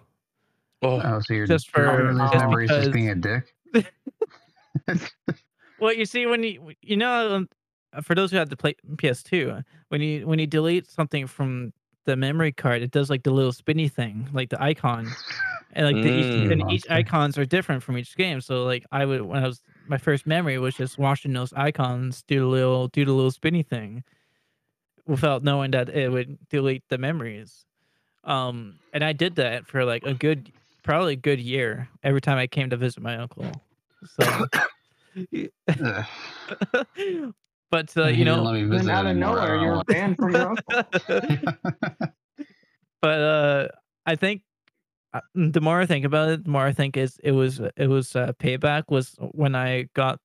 [SPEAKER 5] Oh,
[SPEAKER 3] Oh, so you're
[SPEAKER 2] Just
[SPEAKER 3] your
[SPEAKER 2] for-
[SPEAKER 3] earliest
[SPEAKER 2] just
[SPEAKER 3] memory is just
[SPEAKER 2] because-
[SPEAKER 3] being a dick.
[SPEAKER 2] Well, you see, when you you know, um, for those who had the play, PS2, when you when you delete something from the memory card, it does like the little spinny thing, like the icon, and like the each,
[SPEAKER 5] Mm.
[SPEAKER 2] and each
[SPEAKER 3] Monster.
[SPEAKER 2] icons are different from each game. So like I would when I was my first memory was just watching those icons do the little do the little spinny thing, without knowing that it would delete the memories. Um, and I did that for like a good, probably a good year every time I came to visit my uncle. So.
[SPEAKER 3] Ugh.
[SPEAKER 2] but uh, you
[SPEAKER 3] He didn't
[SPEAKER 2] know,
[SPEAKER 3] let me
[SPEAKER 6] Then
[SPEAKER 3] visit
[SPEAKER 6] out of
[SPEAKER 3] anymore. Oh, I
[SPEAKER 6] nowhere,
[SPEAKER 3] don't
[SPEAKER 6] you're
[SPEAKER 3] want-
[SPEAKER 6] banned from your uncle.
[SPEAKER 2] but uh, I think uh, the more I think about it, the more I think is it was it was uh, payback was when I got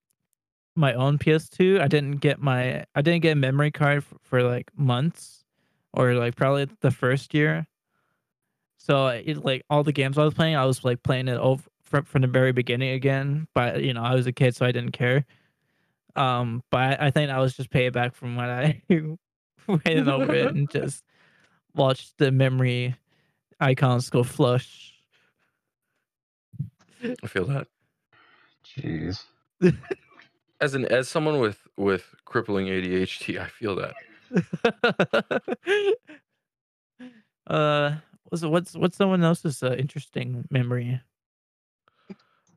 [SPEAKER 2] my own PS2. I didn't get my I didn't get a memory card for, for like months or like probably the first year. So it, like all the games I was playing, I was like playing it over from, from the very beginning again. But you know, I was a kid, so I didn't care. Um, but I think I was just payback from when I went over it and just watched the memory icons go flush.
[SPEAKER 5] I feel that.
[SPEAKER 3] Jeez.
[SPEAKER 5] As an as someone with with crippling ADHD, I feel that.
[SPEAKER 2] uh, what's what's what's someone else's uh, interesting memory?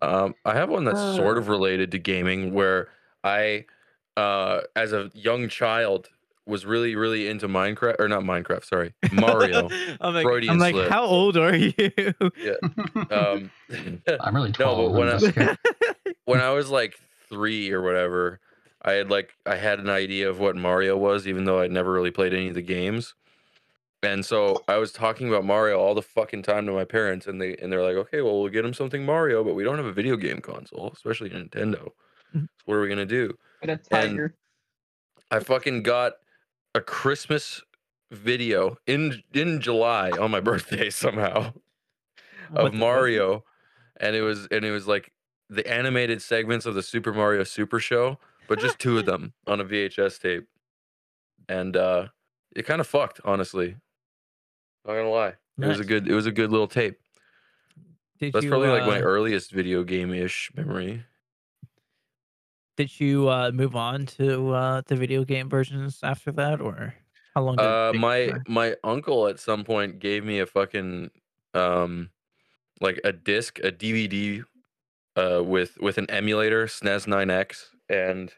[SPEAKER 5] Um, I have one that's sort of related to gaming, where I, uh, as a young child, was really really into Minecraft or not Minecraft, sorry, Mario.
[SPEAKER 2] I'm like,
[SPEAKER 5] Freudian
[SPEAKER 2] I'm like
[SPEAKER 5] slip.
[SPEAKER 2] how old are you?
[SPEAKER 5] um,
[SPEAKER 3] I'm really
[SPEAKER 5] but
[SPEAKER 3] 12.
[SPEAKER 5] when
[SPEAKER 3] I'm
[SPEAKER 5] I-
[SPEAKER 3] just kidding.
[SPEAKER 5] when I was like three or whatever, I had like I had an idea of what Mario was, even though I'd never really played any of the games. And so I was talking about Mario all the fucking time to my parents, and they and they're like, "Okay, well, we'll get him something Mario, but we don't have a video game console, especially Nintendo. So
[SPEAKER 2] Mhm.
[SPEAKER 5] what are we gonna do?"
[SPEAKER 6] And a tiger.
[SPEAKER 5] I fucking got a Christmas video in in July on my birthday somehow
[SPEAKER 2] What
[SPEAKER 5] of
[SPEAKER 2] the-
[SPEAKER 5] Mario, and it was and it was like the animated segments of the Super Mario Super Show, but just two of them on a VHS tape, and uh it kind of fucked, honestly. Not gonna lie, it was a
[SPEAKER 2] Nice.
[SPEAKER 5] good it was a good little tape.
[SPEAKER 2] Did
[SPEAKER 5] That's
[SPEAKER 2] you,
[SPEAKER 5] probably like er my
[SPEAKER 2] uh,
[SPEAKER 5] earliest video game ish memory.
[SPEAKER 2] Did you uh, move on to uh, the video game versions after that, or how long? Did it
[SPEAKER 5] Uh,
[SPEAKER 2] take
[SPEAKER 5] my
[SPEAKER 2] for-
[SPEAKER 5] my uncle at some point gave me a fucking um, like a disc, a DVD, uh, with with an emulator E SNES 9X and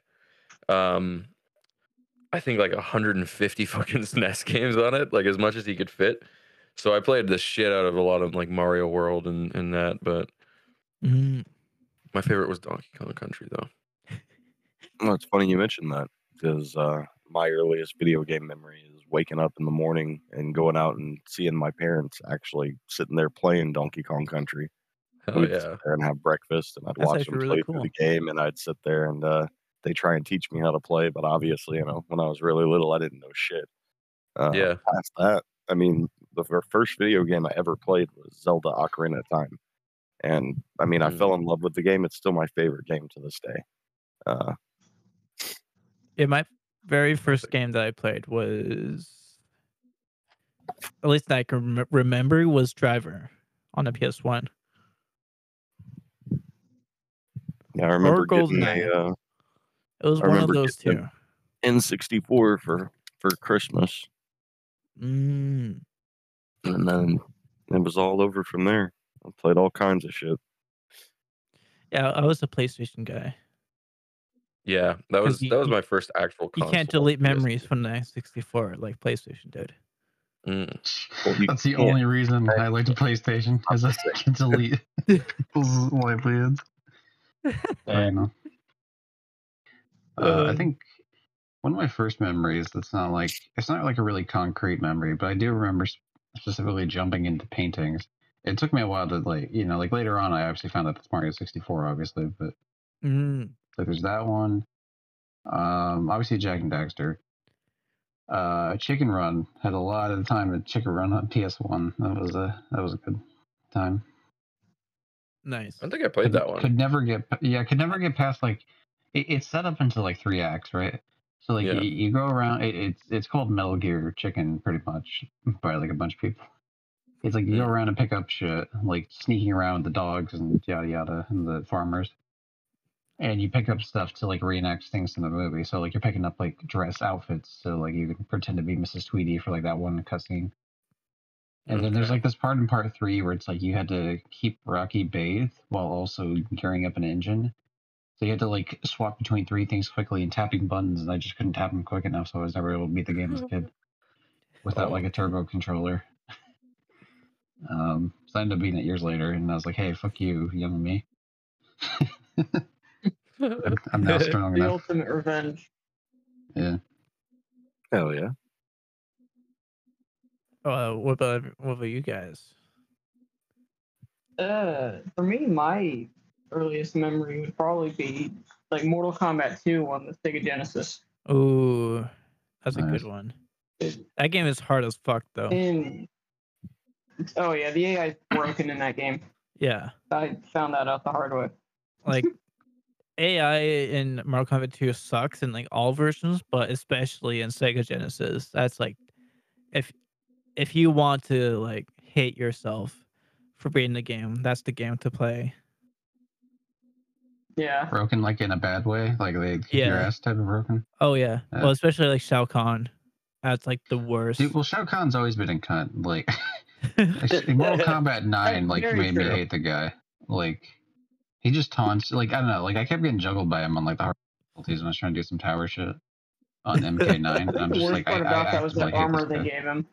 [SPEAKER 5] um, I think like 150 fucking SNES games on it, like as much as he could fit. So I played the shit out of a lot of like Mario World and and that, but
[SPEAKER 2] Mm,
[SPEAKER 5] my favorite was Donkey Kong Country though.
[SPEAKER 8] Well, it's funny you mentioned that because uh, my earliest video game memory is waking up in the morning and going out and seeing my parents actually sitting there playing Donkey Kong Country.
[SPEAKER 5] Hell
[SPEAKER 8] We'd sit
[SPEAKER 5] Oh, yeah!
[SPEAKER 8] there and have breakfast, and I'd
[SPEAKER 2] That's
[SPEAKER 8] watch
[SPEAKER 2] actually
[SPEAKER 8] them play
[SPEAKER 2] really
[SPEAKER 8] through the game, and I'd sit there and uh, they try and teach me how to play. But obviously, you know, when I was really little, I didn't know shit. Uh,
[SPEAKER 3] Uh-huh.
[SPEAKER 5] Yeah.
[SPEAKER 8] Past that, I mean, the fir- first video game I ever played was Zelda: Ocarina of Time, and I mean, I
[SPEAKER 5] Mm.
[SPEAKER 8] fell in love with the game. It's still my favorite game to this day. Uh,
[SPEAKER 2] yeah, my very first game that I played was, at least that I can rem- remember, was Driver on the PS1.
[SPEAKER 8] Yeah, I remember getting
[SPEAKER 2] GoldenEye.
[SPEAKER 8] a uh,
[SPEAKER 2] It was
[SPEAKER 8] I
[SPEAKER 2] one of
[SPEAKER 8] remember
[SPEAKER 2] those
[SPEAKER 8] getting
[SPEAKER 2] two.
[SPEAKER 8] N64 for for Christmas,
[SPEAKER 2] Mm.
[SPEAKER 8] and then it was all over from there. I played all kinds of shit.
[SPEAKER 2] Yeah, I was a PlayStation guy.
[SPEAKER 5] Yeah, that
[SPEAKER 2] 'Cause
[SPEAKER 5] was
[SPEAKER 2] you-
[SPEAKER 5] that was
[SPEAKER 2] you-
[SPEAKER 5] my first actual.
[SPEAKER 8] Oh,
[SPEAKER 2] You can't
[SPEAKER 5] console,
[SPEAKER 2] delete
[SPEAKER 5] PS2.
[SPEAKER 2] memories from the N64 like PlayStation did.
[SPEAKER 5] Mm.
[SPEAKER 8] Well, you
[SPEAKER 3] That's the
[SPEAKER 8] can't-
[SPEAKER 3] only reason I like the PlayStation because I can delete people's livelihoods. I know. Uh, I
[SPEAKER 2] Um,
[SPEAKER 3] think one of my first memories that's not like it's not like a really concrete memory, but I do remember s- specifically jumping into paintings. it took me a while to like you know like later on I actually found out it's Mario 64 obviously but
[SPEAKER 2] Mm.
[SPEAKER 3] so there's that one um obviously Jack and Daxter uh Chicken Run had a lot of the time at Chicken Run on PS1 that was a that was a good time
[SPEAKER 2] Nice.
[SPEAKER 5] I don't think I played
[SPEAKER 3] could-
[SPEAKER 5] that one.
[SPEAKER 3] Could never get yeah, could never get past like it, it's set up into like three acts, right? So like
[SPEAKER 5] Yeah.
[SPEAKER 3] you, you go around it, it's it's called Metal Gear Chicken pretty much by like a bunch of people. It's like you go
[SPEAKER 5] Yeah.
[SPEAKER 3] around and pick up shit, like sneaking around with the dogs and yada yada and the farmers. And you pick up stuff to like reenact things in the movie. So like you're picking up like dress outfits, so like you can pretend to be Mrs. Tweedy for like that one cutscene. And then there's
[SPEAKER 5] Okay.
[SPEAKER 3] like this part in part three where it's like you had to keep Rocky bathed while also gearing up an engine. So you had to like swap between three things quickly and tapping buttons, and I just couldn't tap them quick enough, so I was never able to beat the game as a kid without like a turbo controller. um, so I ended up beating it years later, and I was like, "Hey, fuck you, young me." I'm, I'm now strong
[SPEAKER 6] The
[SPEAKER 3] enough.
[SPEAKER 6] ultimate revenge.
[SPEAKER 8] Hell yeah.
[SPEAKER 2] Uh, what about every- what about you guys?
[SPEAKER 6] Uh, for me, my earliest memory would probably be like Mortal Kombat 2 on the Sega Genesis.
[SPEAKER 2] Ooh, that's a
[SPEAKER 3] Nice.
[SPEAKER 2] good one. That game is hard as fuck though.
[SPEAKER 6] And oh yeah, the AI is broken in that game.
[SPEAKER 2] Yeah,
[SPEAKER 6] I found that out the hard way.
[SPEAKER 2] like AI in Mortal Kombat 2 sucks in like all versions, but especially in Sega Genesis. That's like if if you want to like hate yourself for beating the game, that's the game to play.
[SPEAKER 6] Yeah.
[SPEAKER 3] Broken like in a bad way, like they kick your
[SPEAKER 2] Yeah.
[SPEAKER 3] ass type of broken.
[SPEAKER 2] Oh yeah,
[SPEAKER 3] Yeah.
[SPEAKER 2] well especially like Shao Kahn. That's like the worst.
[SPEAKER 3] Dude, well, Shao Kahn's always been a cunt. Like Actually, Mortal Kombat Nine like
[SPEAKER 6] very
[SPEAKER 3] made me
[SPEAKER 6] true.
[SPEAKER 3] hate the guy. Like he just taunts. Like I don't know. Like I kept getting juggled by him on like the hard difficulties when I was trying to do some tower shit on MK Nine.
[SPEAKER 6] I think
[SPEAKER 3] I'm
[SPEAKER 6] the
[SPEAKER 3] just
[SPEAKER 6] worst
[SPEAKER 3] like I,
[SPEAKER 6] part
[SPEAKER 3] I
[SPEAKER 6] about that was
[SPEAKER 3] actively
[SPEAKER 6] that
[SPEAKER 3] hate
[SPEAKER 6] armor
[SPEAKER 3] this
[SPEAKER 6] they
[SPEAKER 3] guy.
[SPEAKER 6] gave him.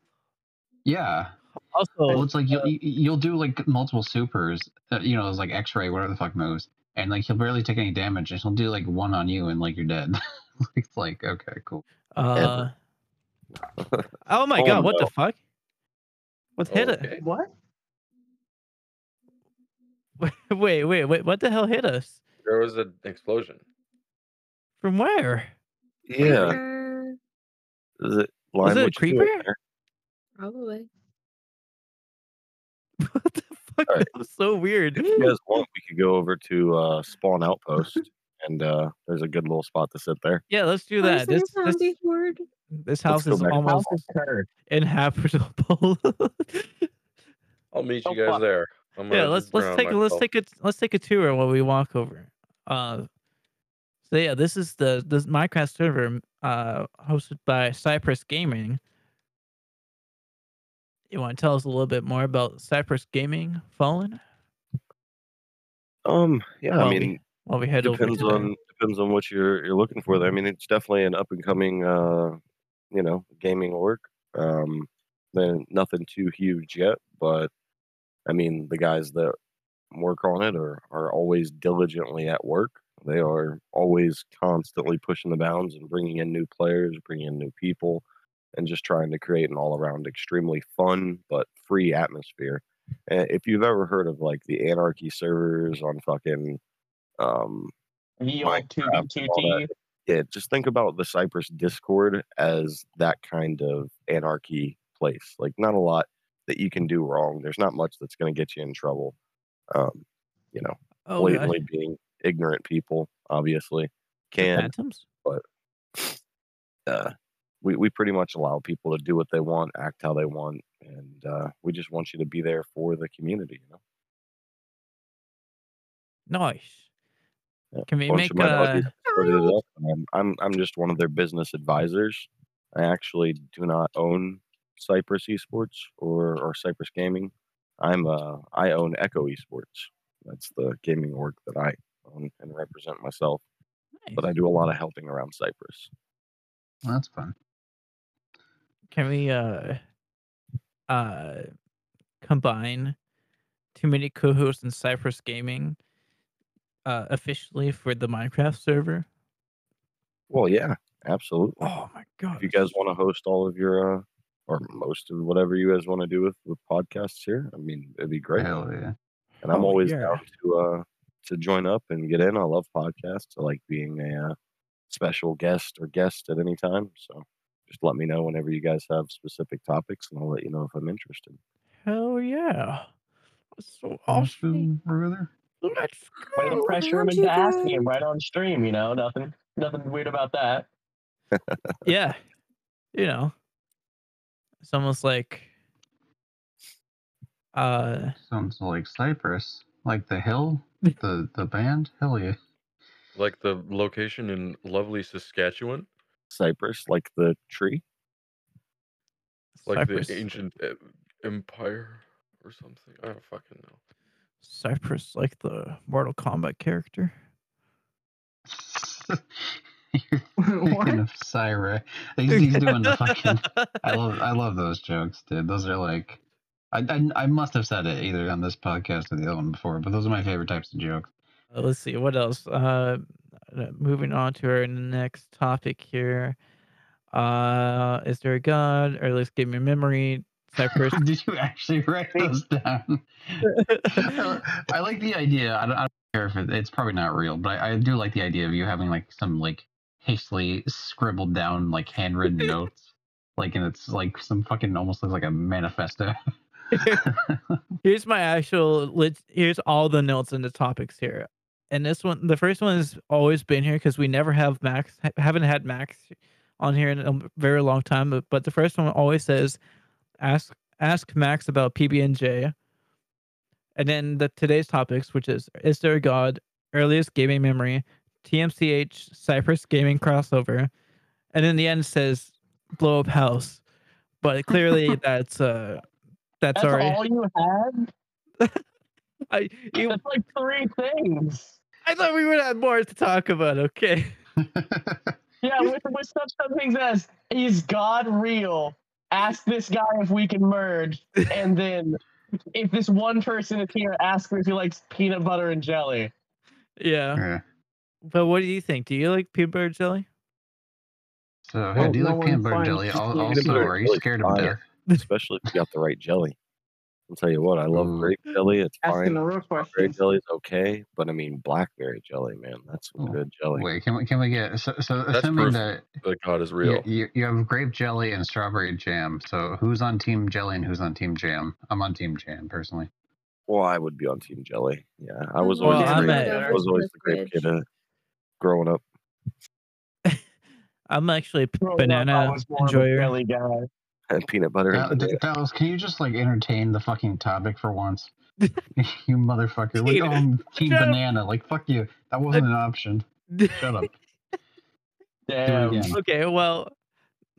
[SPEAKER 3] Yeah. Well,
[SPEAKER 2] also,
[SPEAKER 3] it's like you'll you- you'll do like multiple supers. uh, You know, it's like X Ray, whatever the fuck moves, and like he'll barely take any damage, and he'll do like one on you, and like you're dead. it's like okay, cool.
[SPEAKER 2] uh, oh my
[SPEAKER 8] Oh,
[SPEAKER 2] god, what the
[SPEAKER 8] no.
[SPEAKER 2] fuck? What's hit it?
[SPEAKER 5] Okay.
[SPEAKER 6] What?
[SPEAKER 2] Wait, wait, wait! What the hell hit us?
[SPEAKER 5] There was an explosion.
[SPEAKER 2] From where?
[SPEAKER 8] Yeah.
[SPEAKER 7] Creeper,
[SPEAKER 8] Is it
[SPEAKER 2] Was
[SPEAKER 8] Lime,
[SPEAKER 2] it a
[SPEAKER 8] what you doing
[SPEAKER 2] creeper?
[SPEAKER 8] there?
[SPEAKER 7] Probably.
[SPEAKER 2] What the fuck?
[SPEAKER 8] All right.
[SPEAKER 2] That was so weird.
[SPEAKER 8] If you guys want, we could go over to uh, Spawn Outpost, and uh, there's a good little spot to sit there.
[SPEAKER 2] Yeah, let's do
[SPEAKER 7] Oh,
[SPEAKER 2] that. This
[SPEAKER 7] is there a
[SPEAKER 2] this,
[SPEAKER 7] zombie horde?
[SPEAKER 2] this house
[SPEAKER 8] go
[SPEAKER 2] is
[SPEAKER 8] back.
[SPEAKER 2] almost inhabitable.
[SPEAKER 5] I'll meet
[SPEAKER 6] Oh,
[SPEAKER 5] you guys
[SPEAKER 6] fuck.
[SPEAKER 5] there. I'm
[SPEAKER 2] yeah,
[SPEAKER 5] gonna
[SPEAKER 2] let's
[SPEAKER 5] drown
[SPEAKER 2] let's take a let's
[SPEAKER 5] myself.
[SPEAKER 2] take a let's take a tour while we walk over. Uh, so yeah, this is the this Minecraft server uh hosted by Cypress Gaming. You want to tell us a little bit more about Cypress Gaming Fallen
[SPEAKER 8] Um, yeah,
[SPEAKER 2] Well,
[SPEAKER 8] I
[SPEAKER 2] we
[SPEAKER 8] mean,
[SPEAKER 2] while we head over?
[SPEAKER 8] depends
[SPEAKER 2] to their-
[SPEAKER 8] on depends on what you're you're looking for. There, I mean, it's definitely an up and coming, uh, you know, gaming org. Um, then nothing too huge yet, but I mean, the guys that work on it are are always diligently at work. They are always constantly pushing the bounds and bringing in new players, bringing in new people, and just trying to create an all around extremely fun but free atmosphere. Uh, If you've ever heard of like the anarchy servers on fucking um,
[SPEAKER 6] The old
[SPEAKER 8] Minecraft and all that.
[SPEAKER 6] 2D2D.
[SPEAKER 8] yeah, just think about the Cypress Discord as that kind of anarchy place. Like, not a lot that you can do wrong. There's not much that's going to get you in trouble. Um, you know,
[SPEAKER 2] oh, gosh,
[SPEAKER 8] blatantly being ignorant people, obviously,
[SPEAKER 2] the
[SPEAKER 8] can.
[SPEAKER 2] Phantoms.
[SPEAKER 8] Uh, we, we pretty much allow people to do what they want, act how they want, and uh, we just want you to be there for the community. You know,
[SPEAKER 2] Nice.
[SPEAKER 8] Yeah,
[SPEAKER 2] Can we
[SPEAKER 8] bunch
[SPEAKER 2] make
[SPEAKER 8] of my buddies
[SPEAKER 2] uh,
[SPEAKER 8] started it up, and I'm, I'm I'm just one of their business advisors. I actually do not own Cypress Esports or or Cypress Gaming. I'm uh I own Echo Esports. That's the gaming org that I own and represent myself. But I do a lot of helping around Cypress.
[SPEAKER 3] Well, that's fun.
[SPEAKER 2] Can we uh uh combine too many co-hosts and Cypress Gaming uh officially for the Minecraft server?
[SPEAKER 8] Well, yeah, absolutely.
[SPEAKER 2] Oh my god.
[SPEAKER 8] If you guys want to host all of your uh or most of whatever you guys want to do with with podcasts here. I mean, it'd be great.
[SPEAKER 3] Hell yeah.
[SPEAKER 8] and I'm
[SPEAKER 2] Oh,
[SPEAKER 8] always
[SPEAKER 2] yeah.
[SPEAKER 8] down to uh to join up and get in. I love podcasts. I like being a uh, special guest or guest at any time. So just let me know whenever you guys have specific topics, and I'll let you know if I'm interested.
[SPEAKER 2] Hell yeah. That's so awesome.
[SPEAKER 3] Awesome, brother.
[SPEAKER 2] Let's
[SPEAKER 4] Way to
[SPEAKER 2] go.
[SPEAKER 4] pressure him
[SPEAKER 7] aren't
[SPEAKER 4] into
[SPEAKER 7] you
[SPEAKER 4] asking
[SPEAKER 7] good?
[SPEAKER 4] him right on stream. You know, nothing, nothing weird about that.
[SPEAKER 2] yeah. You know. It's almost like uh
[SPEAKER 3] Sounds like Cyprus, like the hill, the the band. Hell yeah.
[SPEAKER 5] Like the location in lovely Saskatchewan,
[SPEAKER 8] Cypress, like the tree.
[SPEAKER 5] like
[SPEAKER 2] Cypress.
[SPEAKER 5] the ancient uh, empire or something. I don't fucking know.
[SPEAKER 2] Cypress like the Mortal Kombat character.
[SPEAKER 3] You're thinking
[SPEAKER 6] what?
[SPEAKER 3] of Cyra. He's, he's doing the fucking. I love I love those jokes, dude. Those are like, I, I I must have said it either on this podcast or the other one before, but those are my favorite types of jokes.
[SPEAKER 2] Uh, let's see what else. Uh, uh, moving on to our next topic here. Uh, is there a god? Or let's give me a memory. Cypress.
[SPEAKER 3] Did you actually write those down? I like the idea. I don't, I don't care if it, it's probably not real, but I, I do like the idea of you having like some like hastily scribbled down like handwritten notes, like and it's like some fucking almost looks like a manifesto.
[SPEAKER 2] here's my actual. lit Here's all the notes and the topics here. And this one, the first one has always been here because we never have Max, ha- haven't had Max on here in a very long time. But, but the first one always says, "Ask ask Max about PB and J." And then the today's topics, which is is there a god, earliest gaming memory, TMCH Cypress gaming crossover, and in the end says blow up house. But clearly that's uh that's,
[SPEAKER 4] That's
[SPEAKER 2] already
[SPEAKER 4] all you had.
[SPEAKER 2] I you,
[SPEAKER 4] That's like three things.
[SPEAKER 2] I thought we would have more to talk about. Okay.
[SPEAKER 4] Yeah, with, with such things as is God real? Ask this guy if we can merge, and then if this one person is here, ask her if he likes peanut butter and jelly.
[SPEAKER 2] Yeah.
[SPEAKER 3] Yeah.
[SPEAKER 2] But what do you think? Do you like peanut butter jelly?
[SPEAKER 3] So how
[SPEAKER 6] Well,
[SPEAKER 3] do you
[SPEAKER 6] no
[SPEAKER 3] like peanut
[SPEAKER 6] one
[SPEAKER 3] butter
[SPEAKER 6] finds
[SPEAKER 3] jelly? Al-
[SPEAKER 6] peanut
[SPEAKER 3] Also,
[SPEAKER 8] butter
[SPEAKER 3] are you
[SPEAKER 8] jelly
[SPEAKER 3] scared of
[SPEAKER 8] fire.
[SPEAKER 3] death?
[SPEAKER 8] especially if you got the right jelly. I'll tell you what, I love
[SPEAKER 3] Ooh.
[SPEAKER 8] grape jelly. It's
[SPEAKER 6] Asking the
[SPEAKER 8] fine.
[SPEAKER 6] real
[SPEAKER 8] Grape
[SPEAKER 6] question.
[SPEAKER 8] jelly is okay, but I mean blackberry jelly, man, that's some
[SPEAKER 3] Oh,
[SPEAKER 8] good jelly.
[SPEAKER 3] Wait, can we can we get so so
[SPEAKER 5] That's
[SPEAKER 3] assuming
[SPEAKER 5] proof.
[SPEAKER 3] that
[SPEAKER 5] That God is real.
[SPEAKER 3] you, you you have grape jelly and strawberry jam. So who's on team jelly and who's on team jam? I'm on team jam personally.
[SPEAKER 8] Well, I would be on team jelly. Yeah, I
[SPEAKER 7] I'm
[SPEAKER 8] was
[SPEAKER 2] more
[SPEAKER 8] always
[SPEAKER 2] down
[SPEAKER 8] the grape,
[SPEAKER 2] with
[SPEAKER 8] I was always the grape
[SPEAKER 7] liquid.
[SPEAKER 8] kid uh, growing up.
[SPEAKER 2] I'm actually p-
[SPEAKER 4] Growing up, I
[SPEAKER 2] banana
[SPEAKER 4] was more of a
[SPEAKER 2] enjoyer.
[SPEAKER 4] jelly guy.
[SPEAKER 8] And peanut butter.
[SPEAKER 3] Dal-
[SPEAKER 8] and
[SPEAKER 3] D-
[SPEAKER 8] banana.
[SPEAKER 3] Dallas, can you just like entertain the fucking topic for once? you motherfucker. Like,
[SPEAKER 2] Dude,
[SPEAKER 3] oh, I'm team
[SPEAKER 2] shut up.
[SPEAKER 3] banana. Like, fuck you. That wasn't an option. Shut up.
[SPEAKER 4] Damn.
[SPEAKER 3] again.
[SPEAKER 2] okay. Well,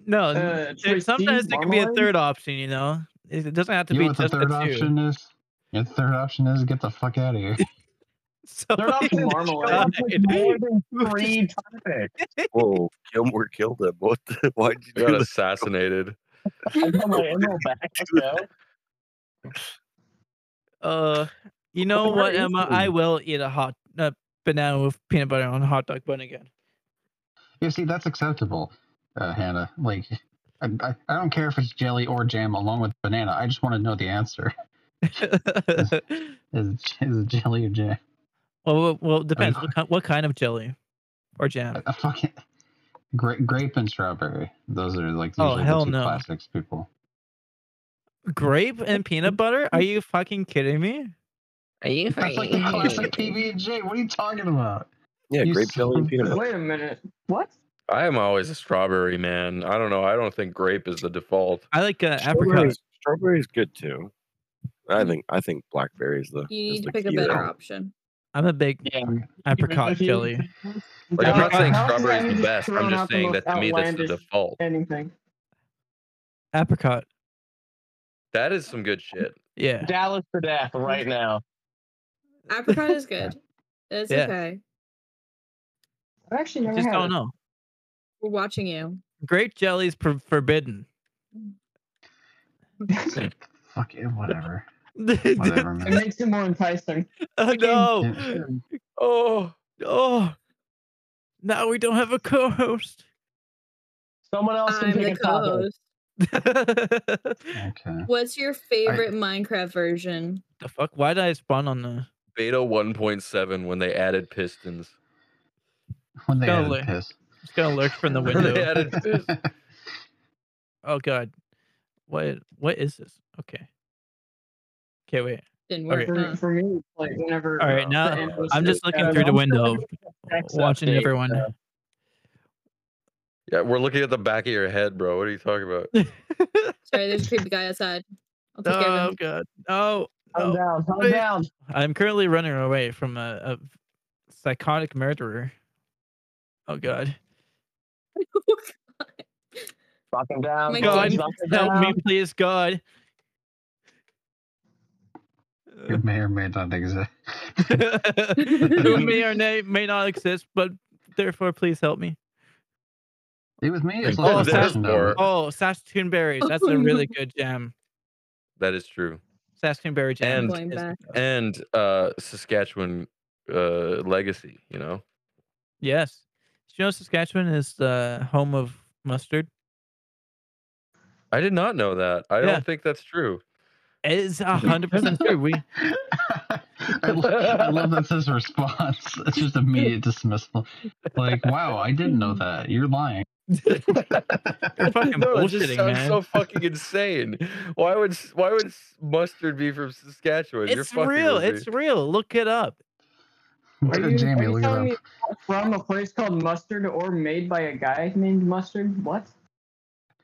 [SPEAKER 2] no. n-
[SPEAKER 6] Uh,
[SPEAKER 2] there-
[SPEAKER 6] Troy,
[SPEAKER 2] sometimes
[SPEAKER 6] Steve,
[SPEAKER 2] there can be a
[SPEAKER 6] Marmalade?
[SPEAKER 2] third option. You know, it it doesn't have to
[SPEAKER 3] you
[SPEAKER 2] be
[SPEAKER 3] know what the
[SPEAKER 2] just
[SPEAKER 3] third
[SPEAKER 2] a two.
[SPEAKER 3] option is? You know what the third option is? Get the fuck out of here.
[SPEAKER 2] So
[SPEAKER 4] They're not
[SPEAKER 2] yeah,
[SPEAKER 4] Come
[SPEAKER 6] marmalade.
[SPEAKER 4] up with more than three topics.
[SPEAKER 8] Whoa, Gilmore killed him. What? The, why'd you
[SPEAKER 5] He
[SPEAKER 8] do
[SPEAKER 5] got
[SPEAKER 8] that?
[SPEAKER 5] assassinated.
[SPEAKER 4] I got my ammo back. You know?
[SPEAKER 2] uh, you know
[SPEAKER 4] Where
[SPEAKER 2] what,
[SPEAKER 4] is
[SPEAKER 2] Emma? I will eat a hot uh, banana with peanut butter on a hot dog bun again.
[SPEAKER 3] Yeah, see, that's acceptable, uh, Hannah. Like, I, I, I don't care if it's jelly or jam along with banana. I just want to know the answer. Is it, is it jelly or jam?
[SPEAKER 2] well, well, well, it depends. What, ki- what kind of jelly or jam?
[SPEAKER 3] A, a fucking grape, grape and strawberry. Those are like
[SPEAKER 2] Oh,
[SPEAKER 3] usually
[SPEAKER 2] hell
[SPEAKER 3] the two
[SPEAKER 2] no.
[SPEAKER 3] classics, people.
[SPEAKER 2] Grape and peanut butter? Are you fucking kidding me?
[SPEAKER 9] Are you
[SPEAKER 3] That's like the classic PB and J. What are you talking about?
[SPEAKER 8] Yeah,
[SPEAKER 3] You
[SPEAKER 8] grape jelly and peanut butter.
[SPEAKER 6] Wait a minute. What?
[SPEAKER 5] I am always a strawberry man. I don't know. I don't think grape is the default.
[SPEAKER 2] I like uh, apricot.
[SPEAKER 8] Strawberry's, strawberry's good too. I think I think blackberry is the.
[SPEAKER 7] You
[SPEAKER 8] is
[SPEAKER 7] need to
[SPEAKER 8] the
[SPEAKER 7] pick a
[SPEAKER 8] key
[SPEAKER 7] better
[SPEAKER 8] there.
[SPEAKER 7] option.
[SPEAKER 2] I'm a big Mm,
[SPEAKER 4] Yeah.
[SPEAKER 2] apricot
[SPEAKER 4] with you.
[SPEAKER 2] jelly.
[SPEAKER 5] Like I'm not
[SPEAKER 2] How-
[SPEAKER 5] saying
[SPEAKER 2] how
[SPEAKER 6] does
[SPEAKER 5] strawberry is
[SPEAKER 6] that
[SPEAKER 5] the
[SPEAKER 6] just
[SPEAKER 5] best. I'm
[SPEAKER 6] thrown out
[SPEAKER 5] just
[SPEAKER 6] the
[SPEAKER 5] saying
[SPEAKER 6] most
[SPEAKER 5] that to me that's the
[SPEAKER 6] outlandish-
[SPEAKER 5] default.
[SPEAKER 6] Anything.
[SPEAKER 2] Apricot.
[SPEAKER 5] That is some good shit.
[SPEAKER 2] Yeah.
[SPEAKER 4] Dallas for death right now.
[SPEAKER 7] Apricot is good. It's
[SPEAKER 2] Yeah.
[SPEAKER 7] okay.
[SPEAKER 6] I actually
[SPEAKER 2] I
[SPEAKER 6] never
[SPEAKER 2] just
[SPEAKER 6] had
[SPEAKER 2] don't
[SPEAKER 6] it.
[SPEAKER 2] know.
[SPEAKER 7] We're watching you.
[SPEAKER 2] Grape jelly is pro- forbidden.
[SPEAKER 3] Fuck it, whatever.
[SPEAKER 2] oh,
[SPEAKER 3] Whatever,
[SPEAKER 6] It
[SPEAKER 3] man.
[SPEAKER 6] makes it more enticing.
[SPEAKER 2] no. Oh, oh. Now we don't have a co host.
[SPEAKER 4] Someone else can
[SPEAKER 7] I'm the
[SPEAKER 4] pick a topic.
[SPEAKER 7] co-host.
[SPEAKER 2] the
[SPEAKER 3] Okay.
[SPEAKER 7] What's your favorite Minecraft version?
[SPEAKER 2] fuck? Why did I spawn on the?
[SPEAKER 5] Beta 1.7 when they added pistons.
[SPEAKER 3] When they
[SPEAKER 2] Go
[SPEAKER 3] added
[SPEAKER 2] lay-
[SPEAKER 3] piss.
[SPEAKER 2] It's gonna lurk from the
[SPEAKER 5] They
[SPEAKER 2] window.
[SPEAKER 5] added piss.
[SPEAKER 2] oh god, what what is this? Okay. Okay, wait.
[SPEAKER 7] Didn't work.
[SPEAKER 2] Okay.
[SPEAKER 7] huh?
[SPEAKER 6] For, for me, like whenever.
[SPEAKER 2] All right,
[SPEAKER 6] the
[SPEAKER 2] now
[SPEAKER 6] end was
[SPEAKER 2] I'm just
[SPEAKER 6] the-
[SPEAKER 2] looking
[SPEAKER 4] uh,
[SPEAKER 2] through the
[SPEAKER 4] I'm
[SPEAKER 2] window,
[SPEAKER 4] text
[SPEAKER 2] watching
[SPEAKER 4] update,
[SPEAKER 2] everyone.
[SPEAKER 4] uh,
[SPEAKER 5] Yeah, we're looking at the back of your head, bro. What are you talking about?
[SPEAKER 7] Sorry, there's a creepy guy outside. I'll take care of
[SPEAKER 2] oh
[SPEAKER 7] him.
[SPEAKER 2] god. Oh,
[SPEAKER 4] Calm
[SPEAKER 2] oh.
[SPEAKER 4] down. Calm
[SPEAKER 2] Wait.
[SPEAKER 4] down.
[SPEAKER 2] I'm currently running away from a, a psychotic murderer. Oh god.
[SPEAKER 4] Knock him down.
[SPEAKER 7] My
[SPEAKER 4] Knock
[SPEAKER 2] God.
[SPEAKER 4] him
[SPEAKER 2] Help
[SPEAKER 4] down.
[SPEAKER 2] me, please, God.
[SPEAKER 3] You may or may not exist.
[SPEAKER 2] Who may or may, may not exist, but therefore, please help me.
[SPEAKER 3] It was me. It's
[SPEAKER 5] Oh,
[SPEAKER 3] like
[SPEAKER 2] that's
[SPEAKER 5] more-
[SPEAKER 2] Oh, Saskatoon Berries. That's
[SPEAKER 7] Oh,
[SPEAKER 2] a really
[SPEAKER 7] no.
[SPEAKER 2] good jam.
[SPEAKER 5] That is true.
[SPEAKER 2] Saskatoon Berry
[SPEAKER 5] And-
[SPEAKER 2] jam.
[SPEAKER 7] Going
[SPEAKER 2] is-
[SPEAKER 7] back.
[SPEAKER 5] And uh, Saskatchewan uh, legacy, you know?
[SPEAKER 2] Yes. Did you know Saskatchewan is the home of mustard?
[SPEAKER 5] I did not know that. I
[SPEAKER 2] Yeah.
[SPEAKER 5] don't think that's true.
[SPEAKER 2] It is 100% true. We,
[SPEAKER 3] I, lo- I love that's his response. It's just immediate dismissal. Like, wow, I didn't know that. You're lying.
[SPEAKER 2] we're fucking
[SPEAKER 5] No, it just
[SPEAKER 2] bullshitting,
[SPEAKER 5] sounds
[SPEAKER 2] man.
[SPEAKER 5] so fucking insane. Why would s- why would s- mustard be from Saskatchewan? You're
[SPEAKER 2] it's
[SPEAKER 5] fucking
[SPEAKER 2] real.
[SPEAKER 5] with me.
[SPEAKER 2] It's real. Look it up.
[SPEAKER 3] Let's
[SPEAKER 6] Are
[SPEAKER 3] go,
[SPEAKER 6] you,
[SPEAKER 3] Jamie,
[SPEAKER 6] are you
[SPEAKER 3] look it
[SPEAKER 6] telling
[SPEAKER 3] up.
[SPEAKER 6] me it's from a place called Mustard or made by a guy named Mustard? What?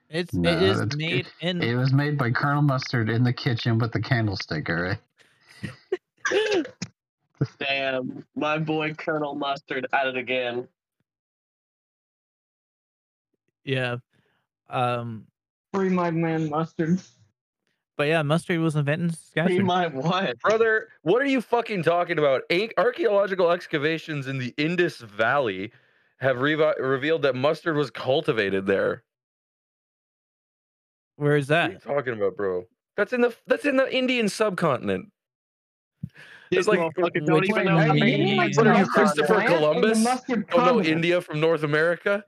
[SPEAKER 2] It's
[SPEAKER 3] No,
[SPEAKER 2] it is
[SPEAKER 3] that's good.
[SPEAKER 2] made in
[SPEAKER 3] It was made by Colonel Mustard in the kitchen with the candlestick, all right?
[SPEAKER 4] Damn, my boy Colonel Mustard at it again.
[SPEAKER 2] yeah. Um,
[SPEAKER 6] Free my man Mustard.
[SPEAKER 2] but yeah, mustard was invented in
[SPEAKER 4] Be
[SPEAKER 2] Saskatchewan.
[SPEAKER 4] my what?
[SPEAKER 5] Brother, what are you fucking talking about? An- archaeological excavations in the Indus Valley have revi- revealed that mustard was cultivated there.
[SPEAKER 2] Where is
[SPEAKER 5] What are you
[SPEAKER 2] that?
[SPEAKER 5] talking about, bro? That's in the that's in the Indian subcontinent. It's like
[SPEAKER 4] motherfucker
[SPEAKER 2] which-
[SPEAKER 4] how
[SPEAKER 2] Are you
[SPEAKER 4] to make
[SPEAKER 2] kidding?
[SPEAKER 4] it.
[SPEAKER 2] What are you,
[SPEAKER 4] Mustard
[SPEAKER 5] Christopher
[SPEAKER 4] on
[SPEAKER 6] plant and the
[SPEAKER 5] Columbus?
[SPEAKER 6] mustard
[SPEAKER 5] Oh no,
[SPEAKER 6] condiment.
[SPEAKER 5] India from North America.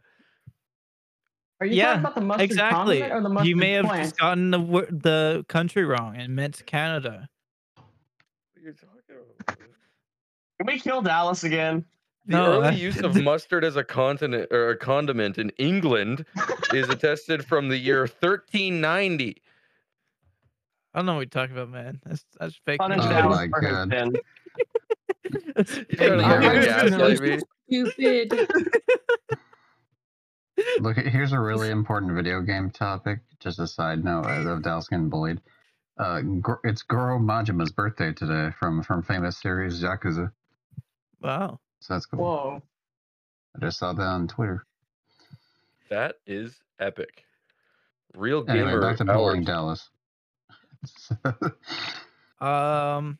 [SPEAKER 6] Are you
[SPEAKER 2] Yeah,
[SPEAKER 6] talking about the mustard
[SPEAKER 2] Exactly.
[SPEAKER 6] condiment or the mustard
[SPEAKER 2] You may have
[SPEAKER 6] plant?
[SPEAKER 2] just gotten the wor- the country wrong and meant Canada.
[SPEAKER 5] What are you talking about? bro?
[SPEAKER 4] Can we kill Dallas again?
[SPEAKER 5] The
[SPEAKER 2] No,
[SPEAKER 5] early
[SPEAKER 2] I-
[SPEAKER 5] use of mustard as a continent or a condiment in England is attested from the year 1390.
[SPEAKER 2] I don't know what you're talking about, man. That's that's fake.
[SPEAKER 4] Punish
[SPEAKER 2] news.
[SPEAKER 3] Oh
[SPEAKER 4] Dallas
[SPEAKER 3] my
[SPEAKER 4] first,
[SPEAKER 3] God.
[SPEAKER 4] then.
[SPEAKER 2] That's
[SPEAKER 5] You
[SPEAKER 2] fake
[SPEAKER 5] trying to
[SPEAKER 2] news.
[SPEAKER 5] fucking
[SPEAKER 6] I-
[SPEAKER 5] gaslight me?
[SPEAKER 7] Stupid.
[SPEAKER 3] Look, here's a really important video game topic. Just a side note of Dallas getting bullied. Uh, Gor- it's Goro Majima's birthday today from from famous series Yakuza.
[SPEAKER 2] Wow.
[SPEAKER 3] So that's cool.
[SPEAKER 6] Whoa.
[SPEAKER 3] I just saw that on Twitter.
[SPEAKER 5] That is epic. Real gamer.
[SPEAKER 3] Anyway, back to bullying
[SPEAKER 5] hours.
[SPEAKER 3] Dallas.
[SPEAKER 2] Um,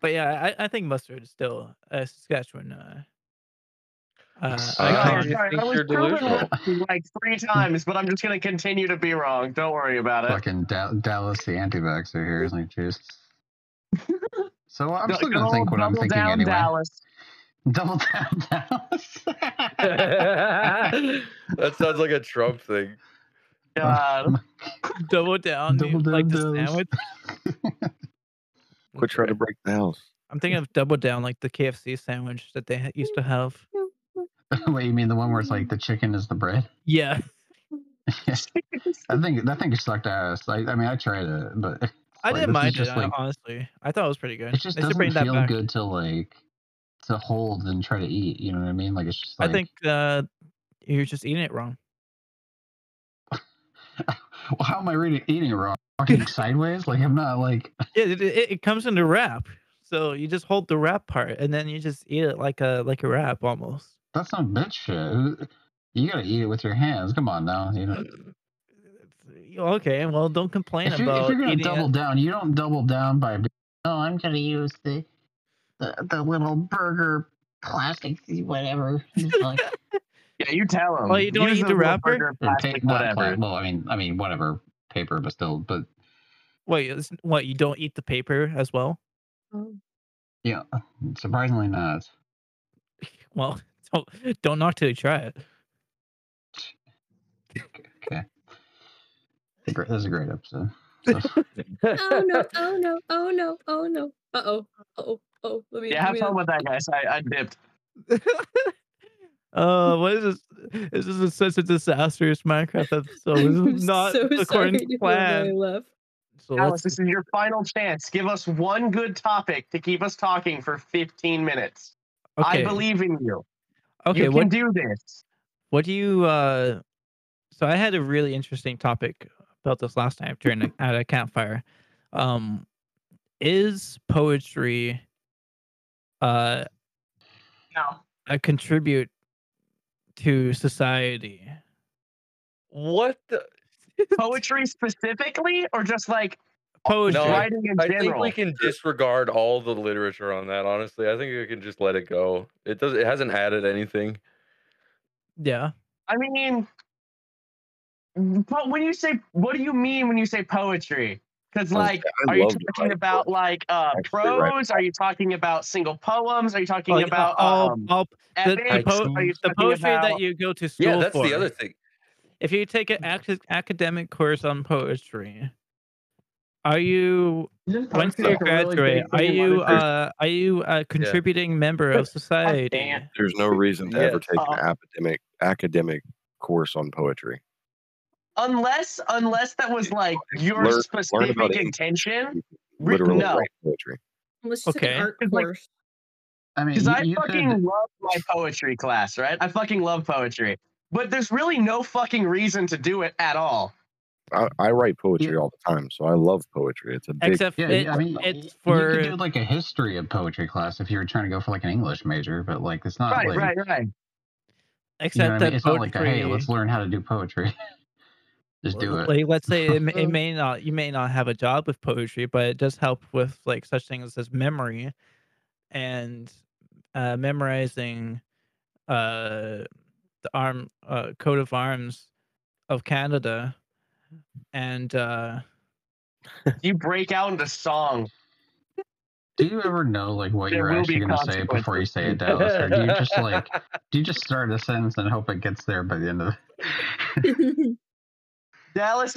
[SPEAKER 2] but yeah, I, I think mustard is still a Saskatchewan. Uh, uh,
[SPEAKER 3] I
[SPEAKER 5] Uh,
[SPEAKER 3] can't-
[SPEAKER 4] I'm
[SPEAKER 5] you
[SPEAKER 4] sorry,
[SPEAKER 5] think
[SPEAKER 4] I was
[SPEAKER 5] you're
[SPEAKER 4] proven
[SPEAKER 5] delusional.
[SPEAKER 4] wrong like three times, but I'm just gonna continue to be wrong. Don't worry about it.
[SPEAKER 3] Fucking da- Dallas, the anti-vaxxer here is like, jeez. So I'm
[SPEAKER 4] No,
[SPEAKER 3] still
[SPEAKER 4] good
[SPEAKER 3] gonna
[SPEAKER 4] old
[SPEAKER 3] think what I'm
[SPEAKER 4] double
[SPEAKER 3] thinking
[SPEAKER 4] down
[SPEAKER 3] anyway.
[SPEAKER 4] Dallas.
[SPEAKER 3] Double down Dallas.
[SPEAKER 5] that sounds like a Trump thing.
[SPEAKER 4] God.
[SPEAKER 2] double down, double
[SPEAKER 3] Double
[SPEAKER 2] down like the
[SPEAKER 3] down,
[SPEAKER 2] sandwich.
[SPEAKER 8] Quit trying to break the house.
[SPEAKER 2] I'm thinking of double down, like the KFC sandwich that they ha- used to have.
[SPEAKER 3] Wait, you mean the one where it's like the chicken is the bread?
[SPEAKER 2] Yeah,
[SPEAKER 3] I think that thing sucked ass. I, I mean, I tried it, but it's
[SPEAKER 2] I
[SPEAKER 3] like, this
[SPEAKER 2] didn't
[SPEAKER 3] is
[SPEAKER 2] mind it uh,
[SPEAKER 3] just like-
[SPEAKER 2] honestly. I thought it was pretty good.
[SPEAKER 3] it just
[SPEAKER 2] they should
[SPEAKER 3] doesn't
[SPEAKER 2] bring that
[SPEAKER 3] feel
[SPEAKER 2] back.
[SPEAKER 3] good to like to hold and try to eat. You know what I mean? Like it's just like
[SPEAKER 2] I think uh, you're just eating it wrong.
[SPEAKER 3] well, how am I reading eating it wrong? Fucking sideways? Like I'm not like
[SPEAKER 2] Yeah, it, it, it comes in the wrap, so you just hold the wrap part and then you just eat it like a like a wrap almost.
[SPEAKER 3] that's some bitch shit. You gotta eat it with your hands. Come on now. You know
[SPEAKER 2] Okay, well, don't complain
[SPEAKER 3] if you're,
[SPEAKER 2] about
[SPEAKER 3] if you're gonna
[SPEAKER 2] eating
[SPEAKER 3] double
[SPEAKER 2] it.
[SPEAKER 3] down, you don't double down by being, oh I'm gonna use the the, the little burger plastic whatever. It's like,
[SPEAKER 4] Yeah, you tell him.
[SPEAKER 2] Oh, you don't
[SPEAKER 4] Use
[SPEAKER 2] eat the
[SPEAKER 4] little
[SPEAKER 2] wrapper?
[SPEAKER 4] burger
[SPEAKER 3] or
[SPEAKER 4] Plastic,
[SPEAKER 3] pa- not pla-
[SPEAKER 4] whatever.
[SPEAKER 3] well, I mean I mean whatever paper, but still but
[SPEAKER 2] Wait, it's, what? You don't eat the paper as well?
[SPEAKER 7] Oh,
[SPEAKER 3] yeah, surprisingly not.
[SPEAKER 2] Well, don't don't knock till you try it.
[SPEAKER 3] Gr- That's a great episode.
[SPEAKER 7] Oh no! Oh no! Oh no! Oh no! Uh oh! Oh oh! Let me.
[SPEAKER 4] Yeah, have
[SPEAKER 7] let me-
[SPEAKER 4] fun with that, guys. I, I dipped.
[SPEAKER 2] Oh, what is this? This is such a disastrous Minecraft episode. This is
[SPEAKER 7] I'm
[SPEAKER 2] not
[SPEAKER 7] so
[SPEAKER 2] according
[SPEAKER 7] sorry
[SPEAKER 2] to
[SPEAKER 7] to
[SPEAKER 2] plan.
[SPEAKER 7] Everybody left.
[SPEAKER 2] So
[SPEAKER 4] Alice,
[SPEAKER 2] let's,
[SPEAKER 4] this is your final chance. Give us one good topic to keep us talking for 15 minutes.
[SPEAKER 2] okay,
[SPEAKER 4] I believe in you.
[SPEAKER 2] okay.
[SPEAKER 4] you
[SPEAKER 2] What
[SPEAKER 4] can do this.
[SPEAKER 2] what do you? uh So I had a really interesting topic about this last time during a, at a campfire. Um, is poetry uh
[SPEAKER 6] No.
[SPEAKER 2] a contribute to society?
[SPEAKER 5] What the?
[SPEAKER 4] Poetry specifically, or just like Oh,
[SPEAKER 2] Poetry.
[SPEAKER 5] No,
[SPEAKER 4] writing in
[SPEAKER 5] I think
[SPEAKER 4] general?
[SPEAKER 5] we can disregard all the literature on that. Honestly, I think we can just let it go. It does. It hasn't added anything.
[SPEAKER 2] Yeah.
[SPEAKER 4] I mean, but when you say, what do you mean when you say poetry? Because
[SPEAKER 8] I
[SPEAKER 4] like,
[SPEAKER 8] I
[SPEAKER 4] are you
[SPEAKER 8] love to
[SPEAKER 4] talking
[SPEAKER 8] write
[SPEAKER 4] about
[SPEAKER 8] poetry.
[SPEAKER 4] like uh,
[SPEAKER 8] Actually, right.
[SPEAKER 4] prose? Are you talking about single poems? Are you talking
[SPEAKER 2] Like, uh,
[SPEAKER 4] about
[SPEAKER 2] all,
[SPEAKER 4] um,
[SPEAKER 2] all the, the,
[SPEAKER 4] epics?
[SPEAKER 2] po-
[SPEAKER 4] Are you
[SPEAKER 2] the
[SPEAKER 4] talking
[SPEAKER 2] poetry that
[SPEAKER 4] about-
[SPEAKER 2] you go to school
[SPEAKER 5] Yeah, that's
[SPEAKER 2] for.
[SPEAKER 5] the other thing.
[SPEAKER 2] if you take an ac- academic course on poetry are you once you graduate are you uh, are you a contributing member of society
[SPEAKER 6] damn.
[SPEAKER 8] There's no reason to ever
[SPEAKER 5] Yes.
[SPEAKER 8] take an
[SPEAKER 4] Uh-huh.
[SPEAKER 8] academic academic course on poetry.
[SPEAKER 4] unless unless that was like your
[SPEAKER 8] Learn- learn
[SPEAKER 4] specific
[SPEAKER 8] about it.
[SPEAKER 4] intention. Re-
[SPEAKER 8] Literally
[SPEAKER 4] no.
[SPEAKER 8] write poetry.
[SPEAKER 7] Almost just
[SPEAKER 2] Okay.
[SPEAKER 7] like an art
[SPEAKER 4] 'Cause, like,
[SPEAKER 7] course.
[SPEAKER 3] I mean,
[SPEAKER 4] Because
[SPEAKER 3] you,
[SPEAKER 4] I
[SPEAKER 3] you
[SPEAKER 4] fucking
[SPEAKER 3] could.
[SPEAKER 4] love my poetry class, right? I fucking love poetry. But there's really no fucking reason to do it at all.
[SPEAKER 8] I, I write poetry all the time, so I love poetry. It's a big
[SPEAKER 2] except
[SPEAKER 3] Yeah,
[SPEAKER 2] it,
[SPEAKER 3] I mean,
[SPEAKER 2] it's
[SPEAKER 3] you
[SPEAKER 2] for
[SPEAKER 3] could do like a history of poetry class if you were trying to go for like an English major, but like
[SPEAKER 2] Ah,
[SPEAKER 3] it's not
[SPEAKER 4] right,
[SPEAKER 3] like
[SPEAKER 4] right, right.
[SPEAKER 3] you know
[SPEAKER 2] except
[SPEAKER 3] what I
[SPEAKER 2] that
[SPEAKER 3] mean? It's not
[SPEAKER 2] poetry
[SPEAKER 3] like a, hey, let's learn how to do poetry. Just do it.
[SPEAKER 2] like let's say it, may- it may not you may not have a job with poetry but it does help with like such things as memory and uh, memorizing uh, the arm uh, coat of arms of canada and uh,
[SPEAKER 4] You break out into song.
[SPEAKER 3] Do you ever know like what
[SPEAKER 4] There
[SPEAKER 3] you're
[SPEAKER 4] will
[SPEAKER 3] actually
[SPEAKER 4] be
[SPEAKER 3] gonna say before you say it, Dallas? Or do you just like do you just start a sentence and hope it gets there by the end of it?
[SPEAKER 4] Dallas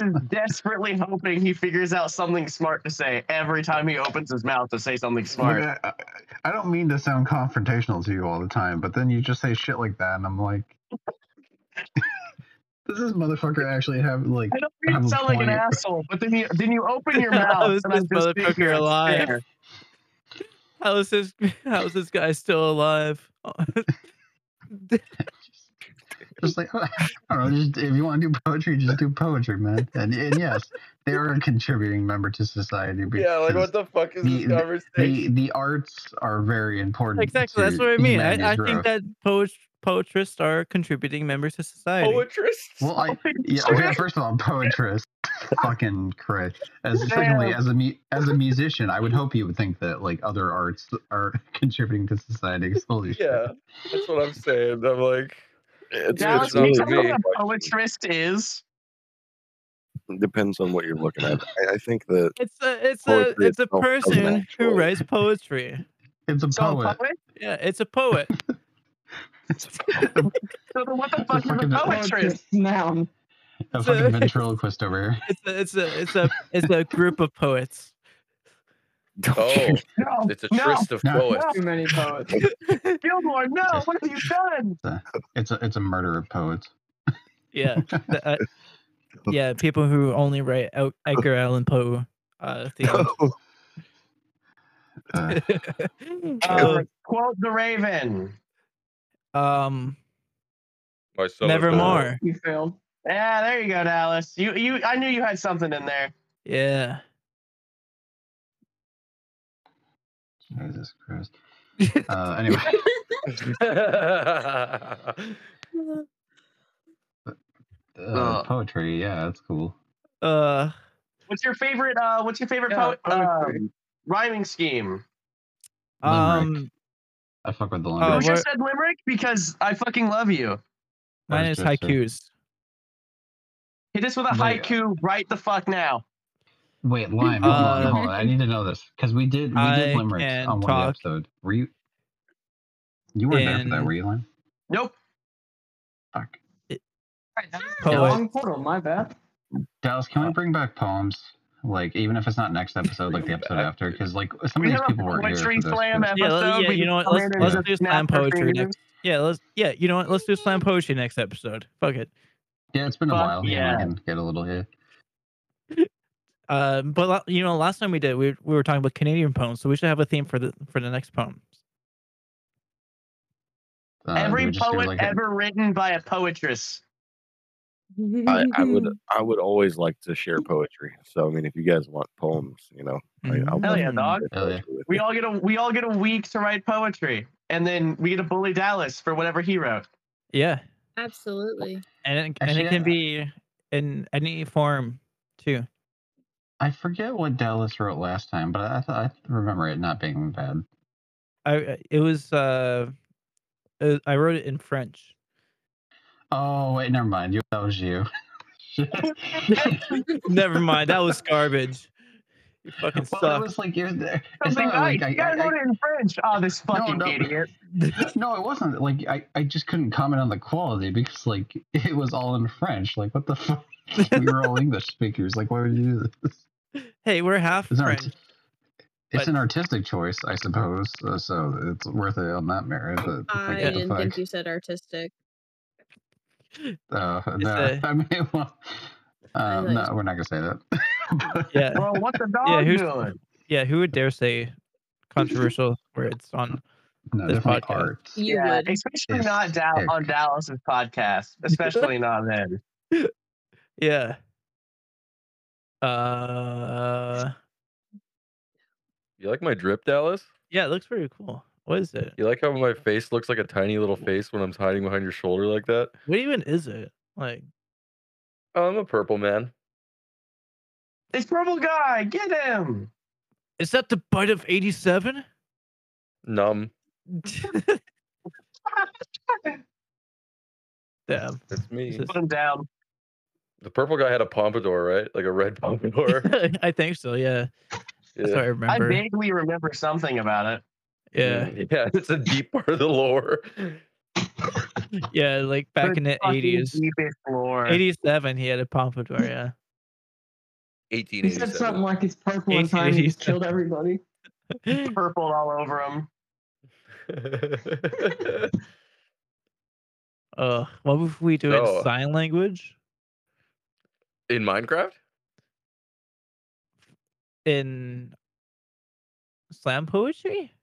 [SPEAKER 4] is desperately hoping he figures out something smart to say every time he opens his mouth to say something smart.
[SPEAKER 3] Like, I, I don't mean to sound confrontational to you all the time, but then you just say shit like that and I'm like Does this motherfucker actually have like
[SPEAKER 4] I don't mean
[SPEAKER 3] have
[SPEAKER 4] to
[SPEAKER 3] a
[SPEAKER 4] sound like an
[SPEAKER 3] point.
[SPEAKER 4] asshole, but then you then you open your
[SPEAKER 2] How
[SPEAKER 4] mouth
[SPEAKER 2] is
[SPEAKER 4] and I'm
[SPEAKER 2] this
[SPEAKER 4] just sitting
[SPEAKER 2] motherfucker
[SPEAKER 4] here and
[SPEAKER 2] alive?
[SPEAKER 4] stare.
[SPEAKER 2] how is this how is this guy still alive Oh,
[SPEAKER 3] Just like I don't know, just if you want to do poetry, just do poetry, man. And, and yes, they are a contributing member to society. Because
[SPEAKER 5] Yeah, like what the fuck is
[SPEAKER 3] the-
[SPEAKER 5] this
[SPEAKER 3] the-
[SPEAKER 5] conversation?
[SPEAKER 3] the the arts are very important.
[SPEAKER 2] exactly that's
[SPEAKER 3] to
[SPEAKER 2] what i mean i, I
[SPEAKER 3] humanity's
[SPEAKER 2] think
[SPEAKER 3] growth.
[SPEAKER 2] that poet, poetrists are contributing members to society
[SPEAKER 5] Poetrists.
[SPEAKER 3] Well, I yeah, okay, first of all, poetress, fucking crit. As secondly, as a mu- as a musician, I would hope you would think that like other arts are contributing to society. 'cause Holy shit.
[SPEAKER 5] Yeah, that's what I'm saying. I'm like,
[SPEAKER 8] It's,
[SPEAKER 4] Dallas,
[SPEAKER 5] Dallas,
[SPEAKER 8] it's
[SPEAKER 4] can
[SPEAKER 8] really
[SPEAKER 4] you
[SPEAKER 5] it's not really
[SPEAKER 4] tell me what
[SPEAKER 8] big.
[SPEAKER 4] a poetrist is?
[SPEAKER 8] Depends on what you're looking at. I, I think that
[SPEAKER 2] It's a it's a
[SPEAKER 8] Poetry
[SPEAKER 2] it's a
[SPEAKER 8] itself doesn't
[SPEAKER 2] person who
[SPEAKER 8] actually-
[SPEAKER 2] writes poetry.
[SPEAKER 3] It's a
[SPEAKER 4] So a
[SPEAKER 3] poet.
[SPEAKER 4] poet?
[SPEAKER 2] Yeah, it's a poet.
[SPEAKER 4] So then what
[SPEAKER 3] It's a
[SPEAKER 4] the fuck is a
[SPEAKER 3] fucking-
[SPEAKER 5] Oh,
[SPEAKER 4] poetrist?
[SPEAKER 6] Noun.
[SPEAKER 3] A fucking ventriloquist over here.
[SPEAKER 2] It's a it's a it's a it's a group of poets.
[SPEAKER 5] oh,
[SPEAKER 4] No,
[SPEAKER 5] it's a
[SPEAKER 4] no,
[SPEAKER 5] tryst of
[SPEAKER 3] no,
[SPEAKER 5] poets.
[SPEAKER 6] Too many poets.
[SPEAKER 4] Gilmore, no, what have you done?
[SPEAKER 3] It's a it's a murder of poets.
[SPEAKER 2] Yeah, th- uh, yeah, people who only write El- Edgar Allan Poe uh, themes.
[SPEAKER 3] Uh,
[SPEAKER 2] Oh,
[SPEAKER 4] Uh, quote the Raven.
[SPEAKER 2] um,
[SPEAKER 5] My son of God.
[SPEAKER 2] nevermore.
[SPEAKER 6] You failed.
[SPEAKER 4] Yeah, there you go, Dallas. You, you, I knew you had something in there.
[SPEAKER 2] Yeah.
[SPEAKER 3] Jesus Christ. Uh, anyway, uh,
[SPEAKER 4] Uh.
[SPEAKER 3] poetry. Yeah, that's cool.
[SPEAKER 2] Uh,
[SPEAKER 4] What's your favorite? Uh, what's your favorite
[SPEAKER 6] Yeah,
[SPEAKER 4] poet?
[SPEAKER 6] poetry.
[SPEAKER 4] um, rhyming scheme.
[SPEAKER 2] um,
[SPEAKER 3] I fuck with the
[SPEAKER 2] Oh,
[SPEAKER 4] I
[SPEAKER 3] language.
[SPEAKER 4] wish I
[SPEAKER 2] what-
[SPEAKER 4] said limerick because I fucking love you.
[SPEAKER 2] mine is
[SPEAKER 3] That's just a-
[SPEAKER 2] haikus.
[SPEAKER 4] Hit us with a
[SPEAKER 3] Wait.
[SPEAKER 4] haiku right the fuck now.
[SPEAKER 3] Wait, Lime, hold
[SPEAKER 2] Uh,
[SPEAKER 3] on, hold on. I need to know this because we did we
[SPEAKER 2] I
[SPEAKER 3] did limericks
[SPEAKER 2] can
[SPEAKER 3] on one
[SPEAKER 2] talk
[SPEAKER 3] episode. Were you? You weren't there for that,
[SPEAKER 2] in-
[SPEAKER 3] were you, Lime?
[SPEAKER 4] Nope.
[SPEAKER 3] Fuck.
[SPEAKER 6] Right, that was
[SPEAKER 2] Poet.
[SPEAKER 6] Long portal, my bad.
[SPEAKER 3] Dallas, can we bring back poems? Like even if it's not next episode, like the episode after, because like some
[SPEAKER 4] We
[SPEAKER 3] of these
[SPEAKER 4] have a
[SPEAKER 3] people weren't here.
[SPEAKER 4] poetry
[SPEAKER 3] for this,
[SPEAKER 4] slam
[SPEAKER 3] but-
[SPEAKER 4] episode.
[SPEAKER 2] Yeah, let- yeah,
[SPEAKER 4] we
[SPEAKER 2] you
[SPEAKER 4] can
[SPEAKER 2] know what,
[SPEAKER 4] come
[SPEAKER 2] let's-
[SPEAKER 4] in
[SPEAKER 3] let's
[SPEAKER 4] and
[SPEAKER 2] do
[SPEAKER 4] snap
[SPEAKER 2] slam
[SPEAKER 4] our
[SPEAKER 2] poetry
[SPEAKER 4] fingers.
[SPEAKER 2] Yeah, let's. Yeah, you know what? Let's do slam poetry next episode. Fuck it.
[SPEAKER 3] Yeah, it's been a
[SPEAKER 4] Fuck
[SPEAKER 3] while. Yeah,
[SPEAKER 4] yeah.
[SPEAKER 3] we can get a little hit.
[SPEAKER 2] Uh, but la- you know, last time we did, we we were talking about Canadian poems, so we should have a theme for the for the next poem.
[SPEAKER 3] Uh, do we
[SPEAKER 4] Every
[SPEAKER 3] just do,
[SPEAKER 4] poet
[SPEAKER 3] like, a-
[SPEAKER 4] ever written by a poetress.
[SPEAKER 8] I, I would I would always like to share poetry. So I mean, if you guys want poems, you know, I, I'll
[SPEAKER 4] Hell yeah,
[SPEAKER 2] Mm.
[SPEAKER 4] dog.
[SPEAKER 3] Hell yeah.
[SPEAKER 4] We all get a we all get a week to write poetry, and then we get to bully Dallas for whatever he wrote.
[SPEAKER 2] Yeah,
[SPEAKER 7] Absolutely.
[SPEAKER 2] and it, and
[SPEAKER 3] Actually,
[SPEAKER 2] it can
[SPEAKER 3] yeah.
[SPEAKER 2] be in any form too.
[SPEAKER 3] I forget what Dallas wrote last time, but I I remember it not being bad.
[SPEAKER 2] I it was uh, uh, I wrote it in French.
[SPEAKER 3] Oh wait, never mind. You, that was you. Shit.
[SPEAKER 2] Never mind, that was garbage. You fucking
[SPEAKER 3] well, it
[SPEAKER 2] suck.
[SPEAKER 3] was like you're there. It's
[SPEAKER 4] Something
[SPEAKER 3] not
[SPEAKER 4] nice.
[SPEAKER 3] like I,
[SPEAKER 4] you gotta
[SPEAKER 3] I-
[SPEAKER 4] wrote it in French. Oh, this fucking
[SPEAKER 3] no.
[SPEAKER 4] idiot.
[SPEAKER 3] no, it wasn't. Like I, I just couldn't comment on the quality because like it was all in French. Like what the fuck? we were all English speakers. Like why would you do this?
[SPEAKER 2] Hey, we're half
[SPEAKER 3] It's, an,
[SPEAKER 2] French.
[SPEAKER 3] arti- it's
[SPEAKER 2] but-
[SPEAKER 3] an artistic choice, I suppose. uh, So it's worth it on that merit. But like, what
[SPEAKER 7] I
[SPEAKER 3] the
[SPEAKER 7] didn't
[SPEAKER 3] fuck?
[SPEAKER 7] think you said artistic.
[SPEAKER 3] Uh,
[SPEAKER 2] It's a-
[SPEAKER 3] no, I mean, well, um,
[SPEAKER 7] like-
[SPEAKER 3] no, we're not gonna say that. But-
[SPEAKER 2] Yeah,
[SPEAKER 4] Well, what the dog
[SPEAKER 2] Yeah, who's-
[SPEAKER 4] doing?
[SPEAKER 2] yeah. Who would dare say controversial words on?
[SPEAKER 3] no,
[SPEAKER 2] This
[SPEAKER 3] definitely
[SPEAKER 2] podcast.
[SPEAKER 3] art.
[SPEAKER 7] You would.
[SPEAKER 4] especially
[SPEAKER 3] It's
[SPEAKER 4] not Dal-
[SPEAKER 3] sick.
[SPEAKER 4] on Dallas's podcast. Especially not then.
[SPEAKER 2] Yeah. Uh,
[SPEAKER 5] You like my drip, Dallas?
[SPEAKER 2] yeah. It looks pretty cool. What is it?
[SPEAKER 5] You like how my face looks like a tiny little face when I'm hiding behind your shoulder like that?
[SPEAKER 2] What even is it? Like,
[SPEAKER 5] Oh, I'm a purple man.
[SPEAKER 4] It's purple guy. Get him.
[SPEAKER 2] is that the bite of '87?
[SPEAKER 5] Numb.
[SPEAKER 2] Damn.
[SPEAKER 5] It's me.
[SPEAKER 2] This
[SPEAKER 4] Put him down.
[SPEAKER 5] The purple guy had a pompadour, right? Like a red pompadour.
[SPEAKER 2] is- I think so. Yeah, that's what I
[SPEAKER 5] yeah.
[SPEAKER 4] I
[SPEAKER 2] remember.
[SPEAKER 4] vaguely remember something about it.
[SPEAKER 2] Yeah,
[SPEAKER 5] Yeah, it's a deep part of the lore.
[SPEAKER 2] yeah. Like back in the
[SPEAKER 4] Fucking
[SPEAKER 2] '80s,
[SPEAKER 4] deepest lore.
[SPEAKER 2] '87, he had a pompadour. Yeah.
[SPEAKER 6] He said
[SPEAKER 5] 1887.
[SPEAKER 6] something like it's purple in time. He just killed everybody.
[SPEAKER 4] Purple all over him.
[SPEAKER 2] Uh, what if we do it
[SPEAKER 5] So-
[SPEAKER 2] in sign language?
[SPEAKER 5] In Minecraft?
[SPEAKER 2] In slam poetry?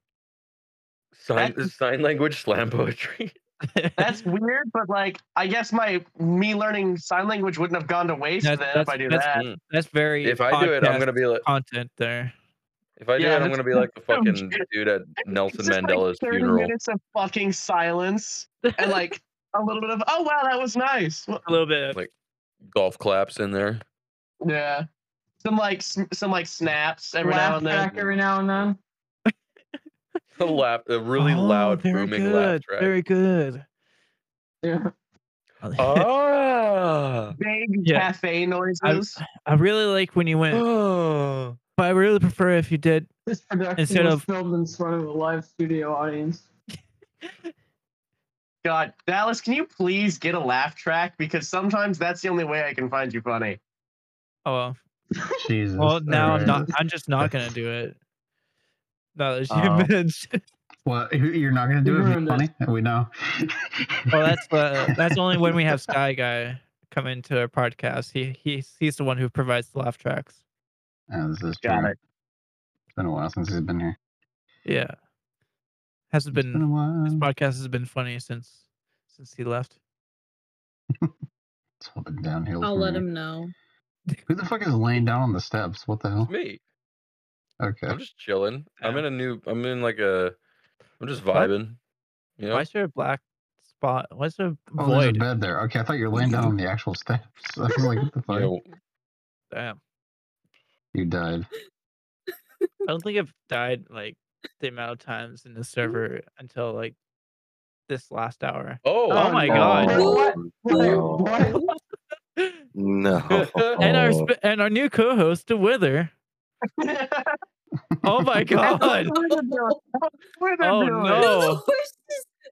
[SPEAKER 5] Sign,
[SPEAKER 4] That's-
[SPEAKER 5] sign language slam poetry.
[SPEAKER 4] That's weird, but like, I guess my me learning sign language wouldn't have gone to waste
[SPEAKER 2] That-
[SPEAKER 4] then if
[SPEAKER 2] that's-
[SPEAKER 4] I do
[SPEAKER 2] that's-
[SPEAKER 4] that.
[SPEAKER 2] That's very.
[SPEAKER 5] If I do it, I'm
[SPEAKER 2] podcast
[SPEAKER 5] gonna be like
[SPEAKER 2] content there.
[SPEAKER 5] if I do
[SPEAKER 4] Yeah,
[SPEAKER 5] it, I'm
[SPEAKER 4] that's-
[SPEAKER 5] gonna be like the
[SPEAKER 4] I'm
[SPEAKER 5] fucking dude at Nelson
[SPEAKER 4] It's just, like,
[SPEAKER 5] Mandela's
[SPEAKER 4] 30
[SPEAKER 5] funeral.
[SPEAKER 4] minutes of fucking silence and like a little bit of oh wow that was nice. Well,
[SPEAKER 2] A little bit. Of,
[SPEAKER 5] Like- Golf claps in there.
[SPEAKER 4] yeah, some like s- some like snaps every now
[SPEAKER 6] Laugh
[SPEAKER 4] and then.
[SPEAKER 6] track every now and then.
[SPEAKER 5] A lap a really
[SPEAKER 2] Oh,
[SPEAKER 5] loud
[SPEAKER 2] very
[SPEAKER 5] booming
[SPEAKER 2] good.
[SPEAKER 5] laugh track.
[SPEAKER 2] Very good.
[SPEAKER 6] Yeah.
[SPEAKER 5] Ah.
[SPEAKER 4] Big
[SPEAKER 2] Yeah.
[SPEAKER 4] cafe noises.
[SPEAKER 2] I really like when you went,
[SPEAKER 5] Oh.
[SPEAKER 2] but I really prefer if you did.
[SPEAKER 6] This production
[SPEAKER 2] Instead
[SPEAKER 6] was
[SPEAKER 2] of-
[SPEAKER 6] filmed in front of a live studio audience.
[SPEAKER 4] God, Dallas, can you please get a laugh track because sometimes that's the only way I can find you funny.
[SPEAKER 2] Oh well.
[SPEAKER 3] Jesus.
[SPEAKER 2] Well, now I'm
[SPEAKER 3] alright.
[SPEAKER 2] not. I'm just not gonna do it. Now that you
[SPEAKER 3] Oh.
[SPEAKER 2] mentioned.
[SPEAKER 3] Well, you- you're not gonna do
[SPEAKER 6] You
[SPEAKER 3] it. if
[SPEAKER 6] ruined
[SPEAKER 3] it's
[SPEAKER 6] it.
[SPEAKER 3] Funny, we know.
[SPEAKER 2] Well, that's uh, that's only when we have Sky Guy come into our podcast. He he's he's the one who provides the laugh tracks.
[SPEAKER 3] Oh, this is
[SPEAKER 4] Got
[SPEAKER 3] true.
[SPEAKER 4] it.
[SPEAKER 3] It's been a while since he's been here.
[SPEAKER 2] Yeah. Hasn't
[SPEAKER 3] It's been a
[SPEAKER 2] been. This
[SPEAKER 3] while.
[SPEAKER 2] podcast has been funny since since he left.
[SPEAKER 3] It's all been downhill.
[SPEAKER 7] I'll
[SPEAKER 3] from
[SPEAKER 7] let
[SPEAKER 8] Mm-hmm.
[SPEAKER 3] here.
[SPEAKER 7] him know.
[SPEAKER 3] Who the fuck is laying down on the steps? What the hell?
[SPEAKER 5] It's me.
[SPEAKER 3] Okay. Oh,
[SPEAKER 5] I'm just chilling. I'm
[SPEAKER 2] Yeah.
[SPEAKER 5] in a new I'm in like a I'm just
[SPEAKER 2] What?
[SPEAKER 5] vibing. You know?
[SPEAKER 2] Why is there a black spot? Why is there a
[SPEAKER 3] Oh, there's a
[SPEAKER 2] void?
[SPEAKER 3] bed there. Okay, I thought you were laying down on the actual steps. I was like, what the fuck?
[SPEAKER 5] You know,
[SPEAKER 2] Damn.
[SPEAKER 3] You died.
[SPEAKER 2] I don't think I've died like the amount of times in the server until like this last hour.
[SPEAKER 5] oh,
[SPEAKER 2] Oh,
[SPEAKER 5] I'm-
[SPEAKER 2] my god.
[SPEAKER 6] What?
[SPEAKER 8] No.
[SPEAKER 6] What?
[SPEAKER 8] No.
[SPEAKER 2] And our sp- and our new co-host, the Wither. Oh my god.
[SPEAKER 4] What are
[SPEAKER 2] oh
[SPEAKER 4] they doing?
[SPEAKER 7] No, the
[SPEAKER 2] no.
[SPEAKER 7] horses.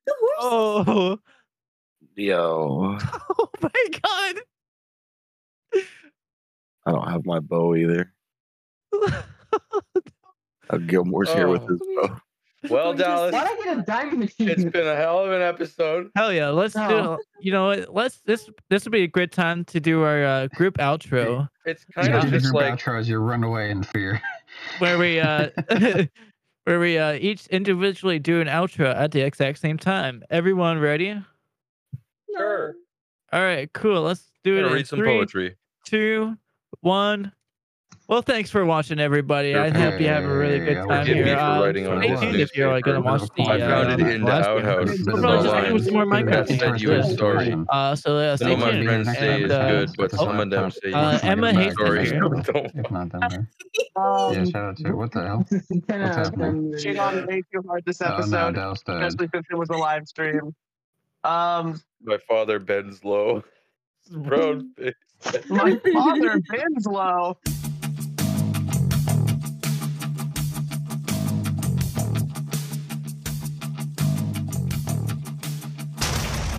[SPEAKER 7] The horses.
[SPEAKER 2] Oh.
[SPEAKER 8] Yo.
[SPEAKER 2] oh my god.
[SPEAKER 8] I don't have my bow either. Uh, Gilmore's here with
[SPEAKER 5] Oh.
[SPEAKER 8] his bow.
[SPEAKER 5] Well, Dallas,
[SPEAKER 6] Why'd I get a diamond
[SPEAKER 5] it's
[SPEAKER 6] achievement?
[SPEAKER 5] been a hell of an episode.
[SPEAKER 2] Hell yeah, let's do.
[SPEAKER 6] No.
[SPEAKER 2] it. You know, what, let's this this would be a good time to do our uh, group outro
[SPEAKER 5] It's
[SPEAKER 3] You
[SPEAKER 5] kind of
[SPEAKER 3] do the
[SPEAKER 5] just
[SPEAKER 3] group
[SPEAKER 5] like
[SPEAKER 3] outros, you run away in fear.
[SPEAKER 2] where we uh where we uh each individually do an outro at the exact same time. Everyone ready?
[SPEAKER 5] sure.
[SPEAKER 2] All right, cool. Let's do it.
[SPEAKER 5] Gonna
[SPEAKER 2] in
[SPEAKER 5] read some
[SPEAKER 2] three,
[SPEAKER 5] poetry.
[SPEAKER 2] two, one. Well, thanks for watching, everybody. I hope you have a really good
[SPEAKER 3] Hey,
[SPEAKER 2] time
[SPEAKER 5] forgive me
[SPEAKER 2] here.
[SPEAKER 5] for
[SPEAKER 2] Um,
[SPEAKER 5] writing on
[SPEAKER 2] stay
[SPEAKER 5] this
[SPEAKER 2] tuned if you're going to
[SPEAKER 5] newspaper.
[SPEAKER 2] watch the.
[SPEAKER 5] I found
[SPEAKER 2] uh,
[SPEAKER 5] it in the
[SPEAKER 2] last one.
[SPEAKER 5] outhouse.
[SPEAKER 2] We'll probably just do some more
[SPEAKER 5] Online.
[SPEAKER 2] Minecraft.
[SPEAKER 5] I said you
[SPEAKER 2] after
[SPEAKER 5] were
[SPEAKER 2] this.
[SPEAKER 5] sorry.
[SPEAKER 2] Uh, so uh, stay
[SPEAKER 5] Some of my
[SPEAKER 2] tuned.
[SPEAKER 5] friends say
[SPEAKER 2] and,
[SPEAKER 5] it's
[SPEAKER 2] uh,
[SPEAKER 5] good, but some of them say
[SPEAKER 2] Uh,
[SPEAKER 5] it's
[SPEAKER 2] Emma hates
[SPEAKER 5] sorry.
[SPEAKER 2] it here.
[SPEAKER 5] Don't-
[SPEAKER 3] If not down there. Yeah,
[SPEAKER 4] Um,
[SPEAKER 3] shout out to what the hell?
[SPEAKER 6] This is uh,
[SPEAKER 3] What's
[SPEAKER 6] 10 out of
[SPEAKER 3] happening?
[SPEAKER 6] 10.
[SPEAKER 4] cheating on way too hard this
[SPEAKER 3] Oh no,
[SPEAKER 4] episode,
[SPEAKER 3] Dallas died.
[SPEAKER 4] especially since it was a live stream. Um,
[SPEAKER 5] My father bends low. Road.
[SPEAKER 4] my father bends low.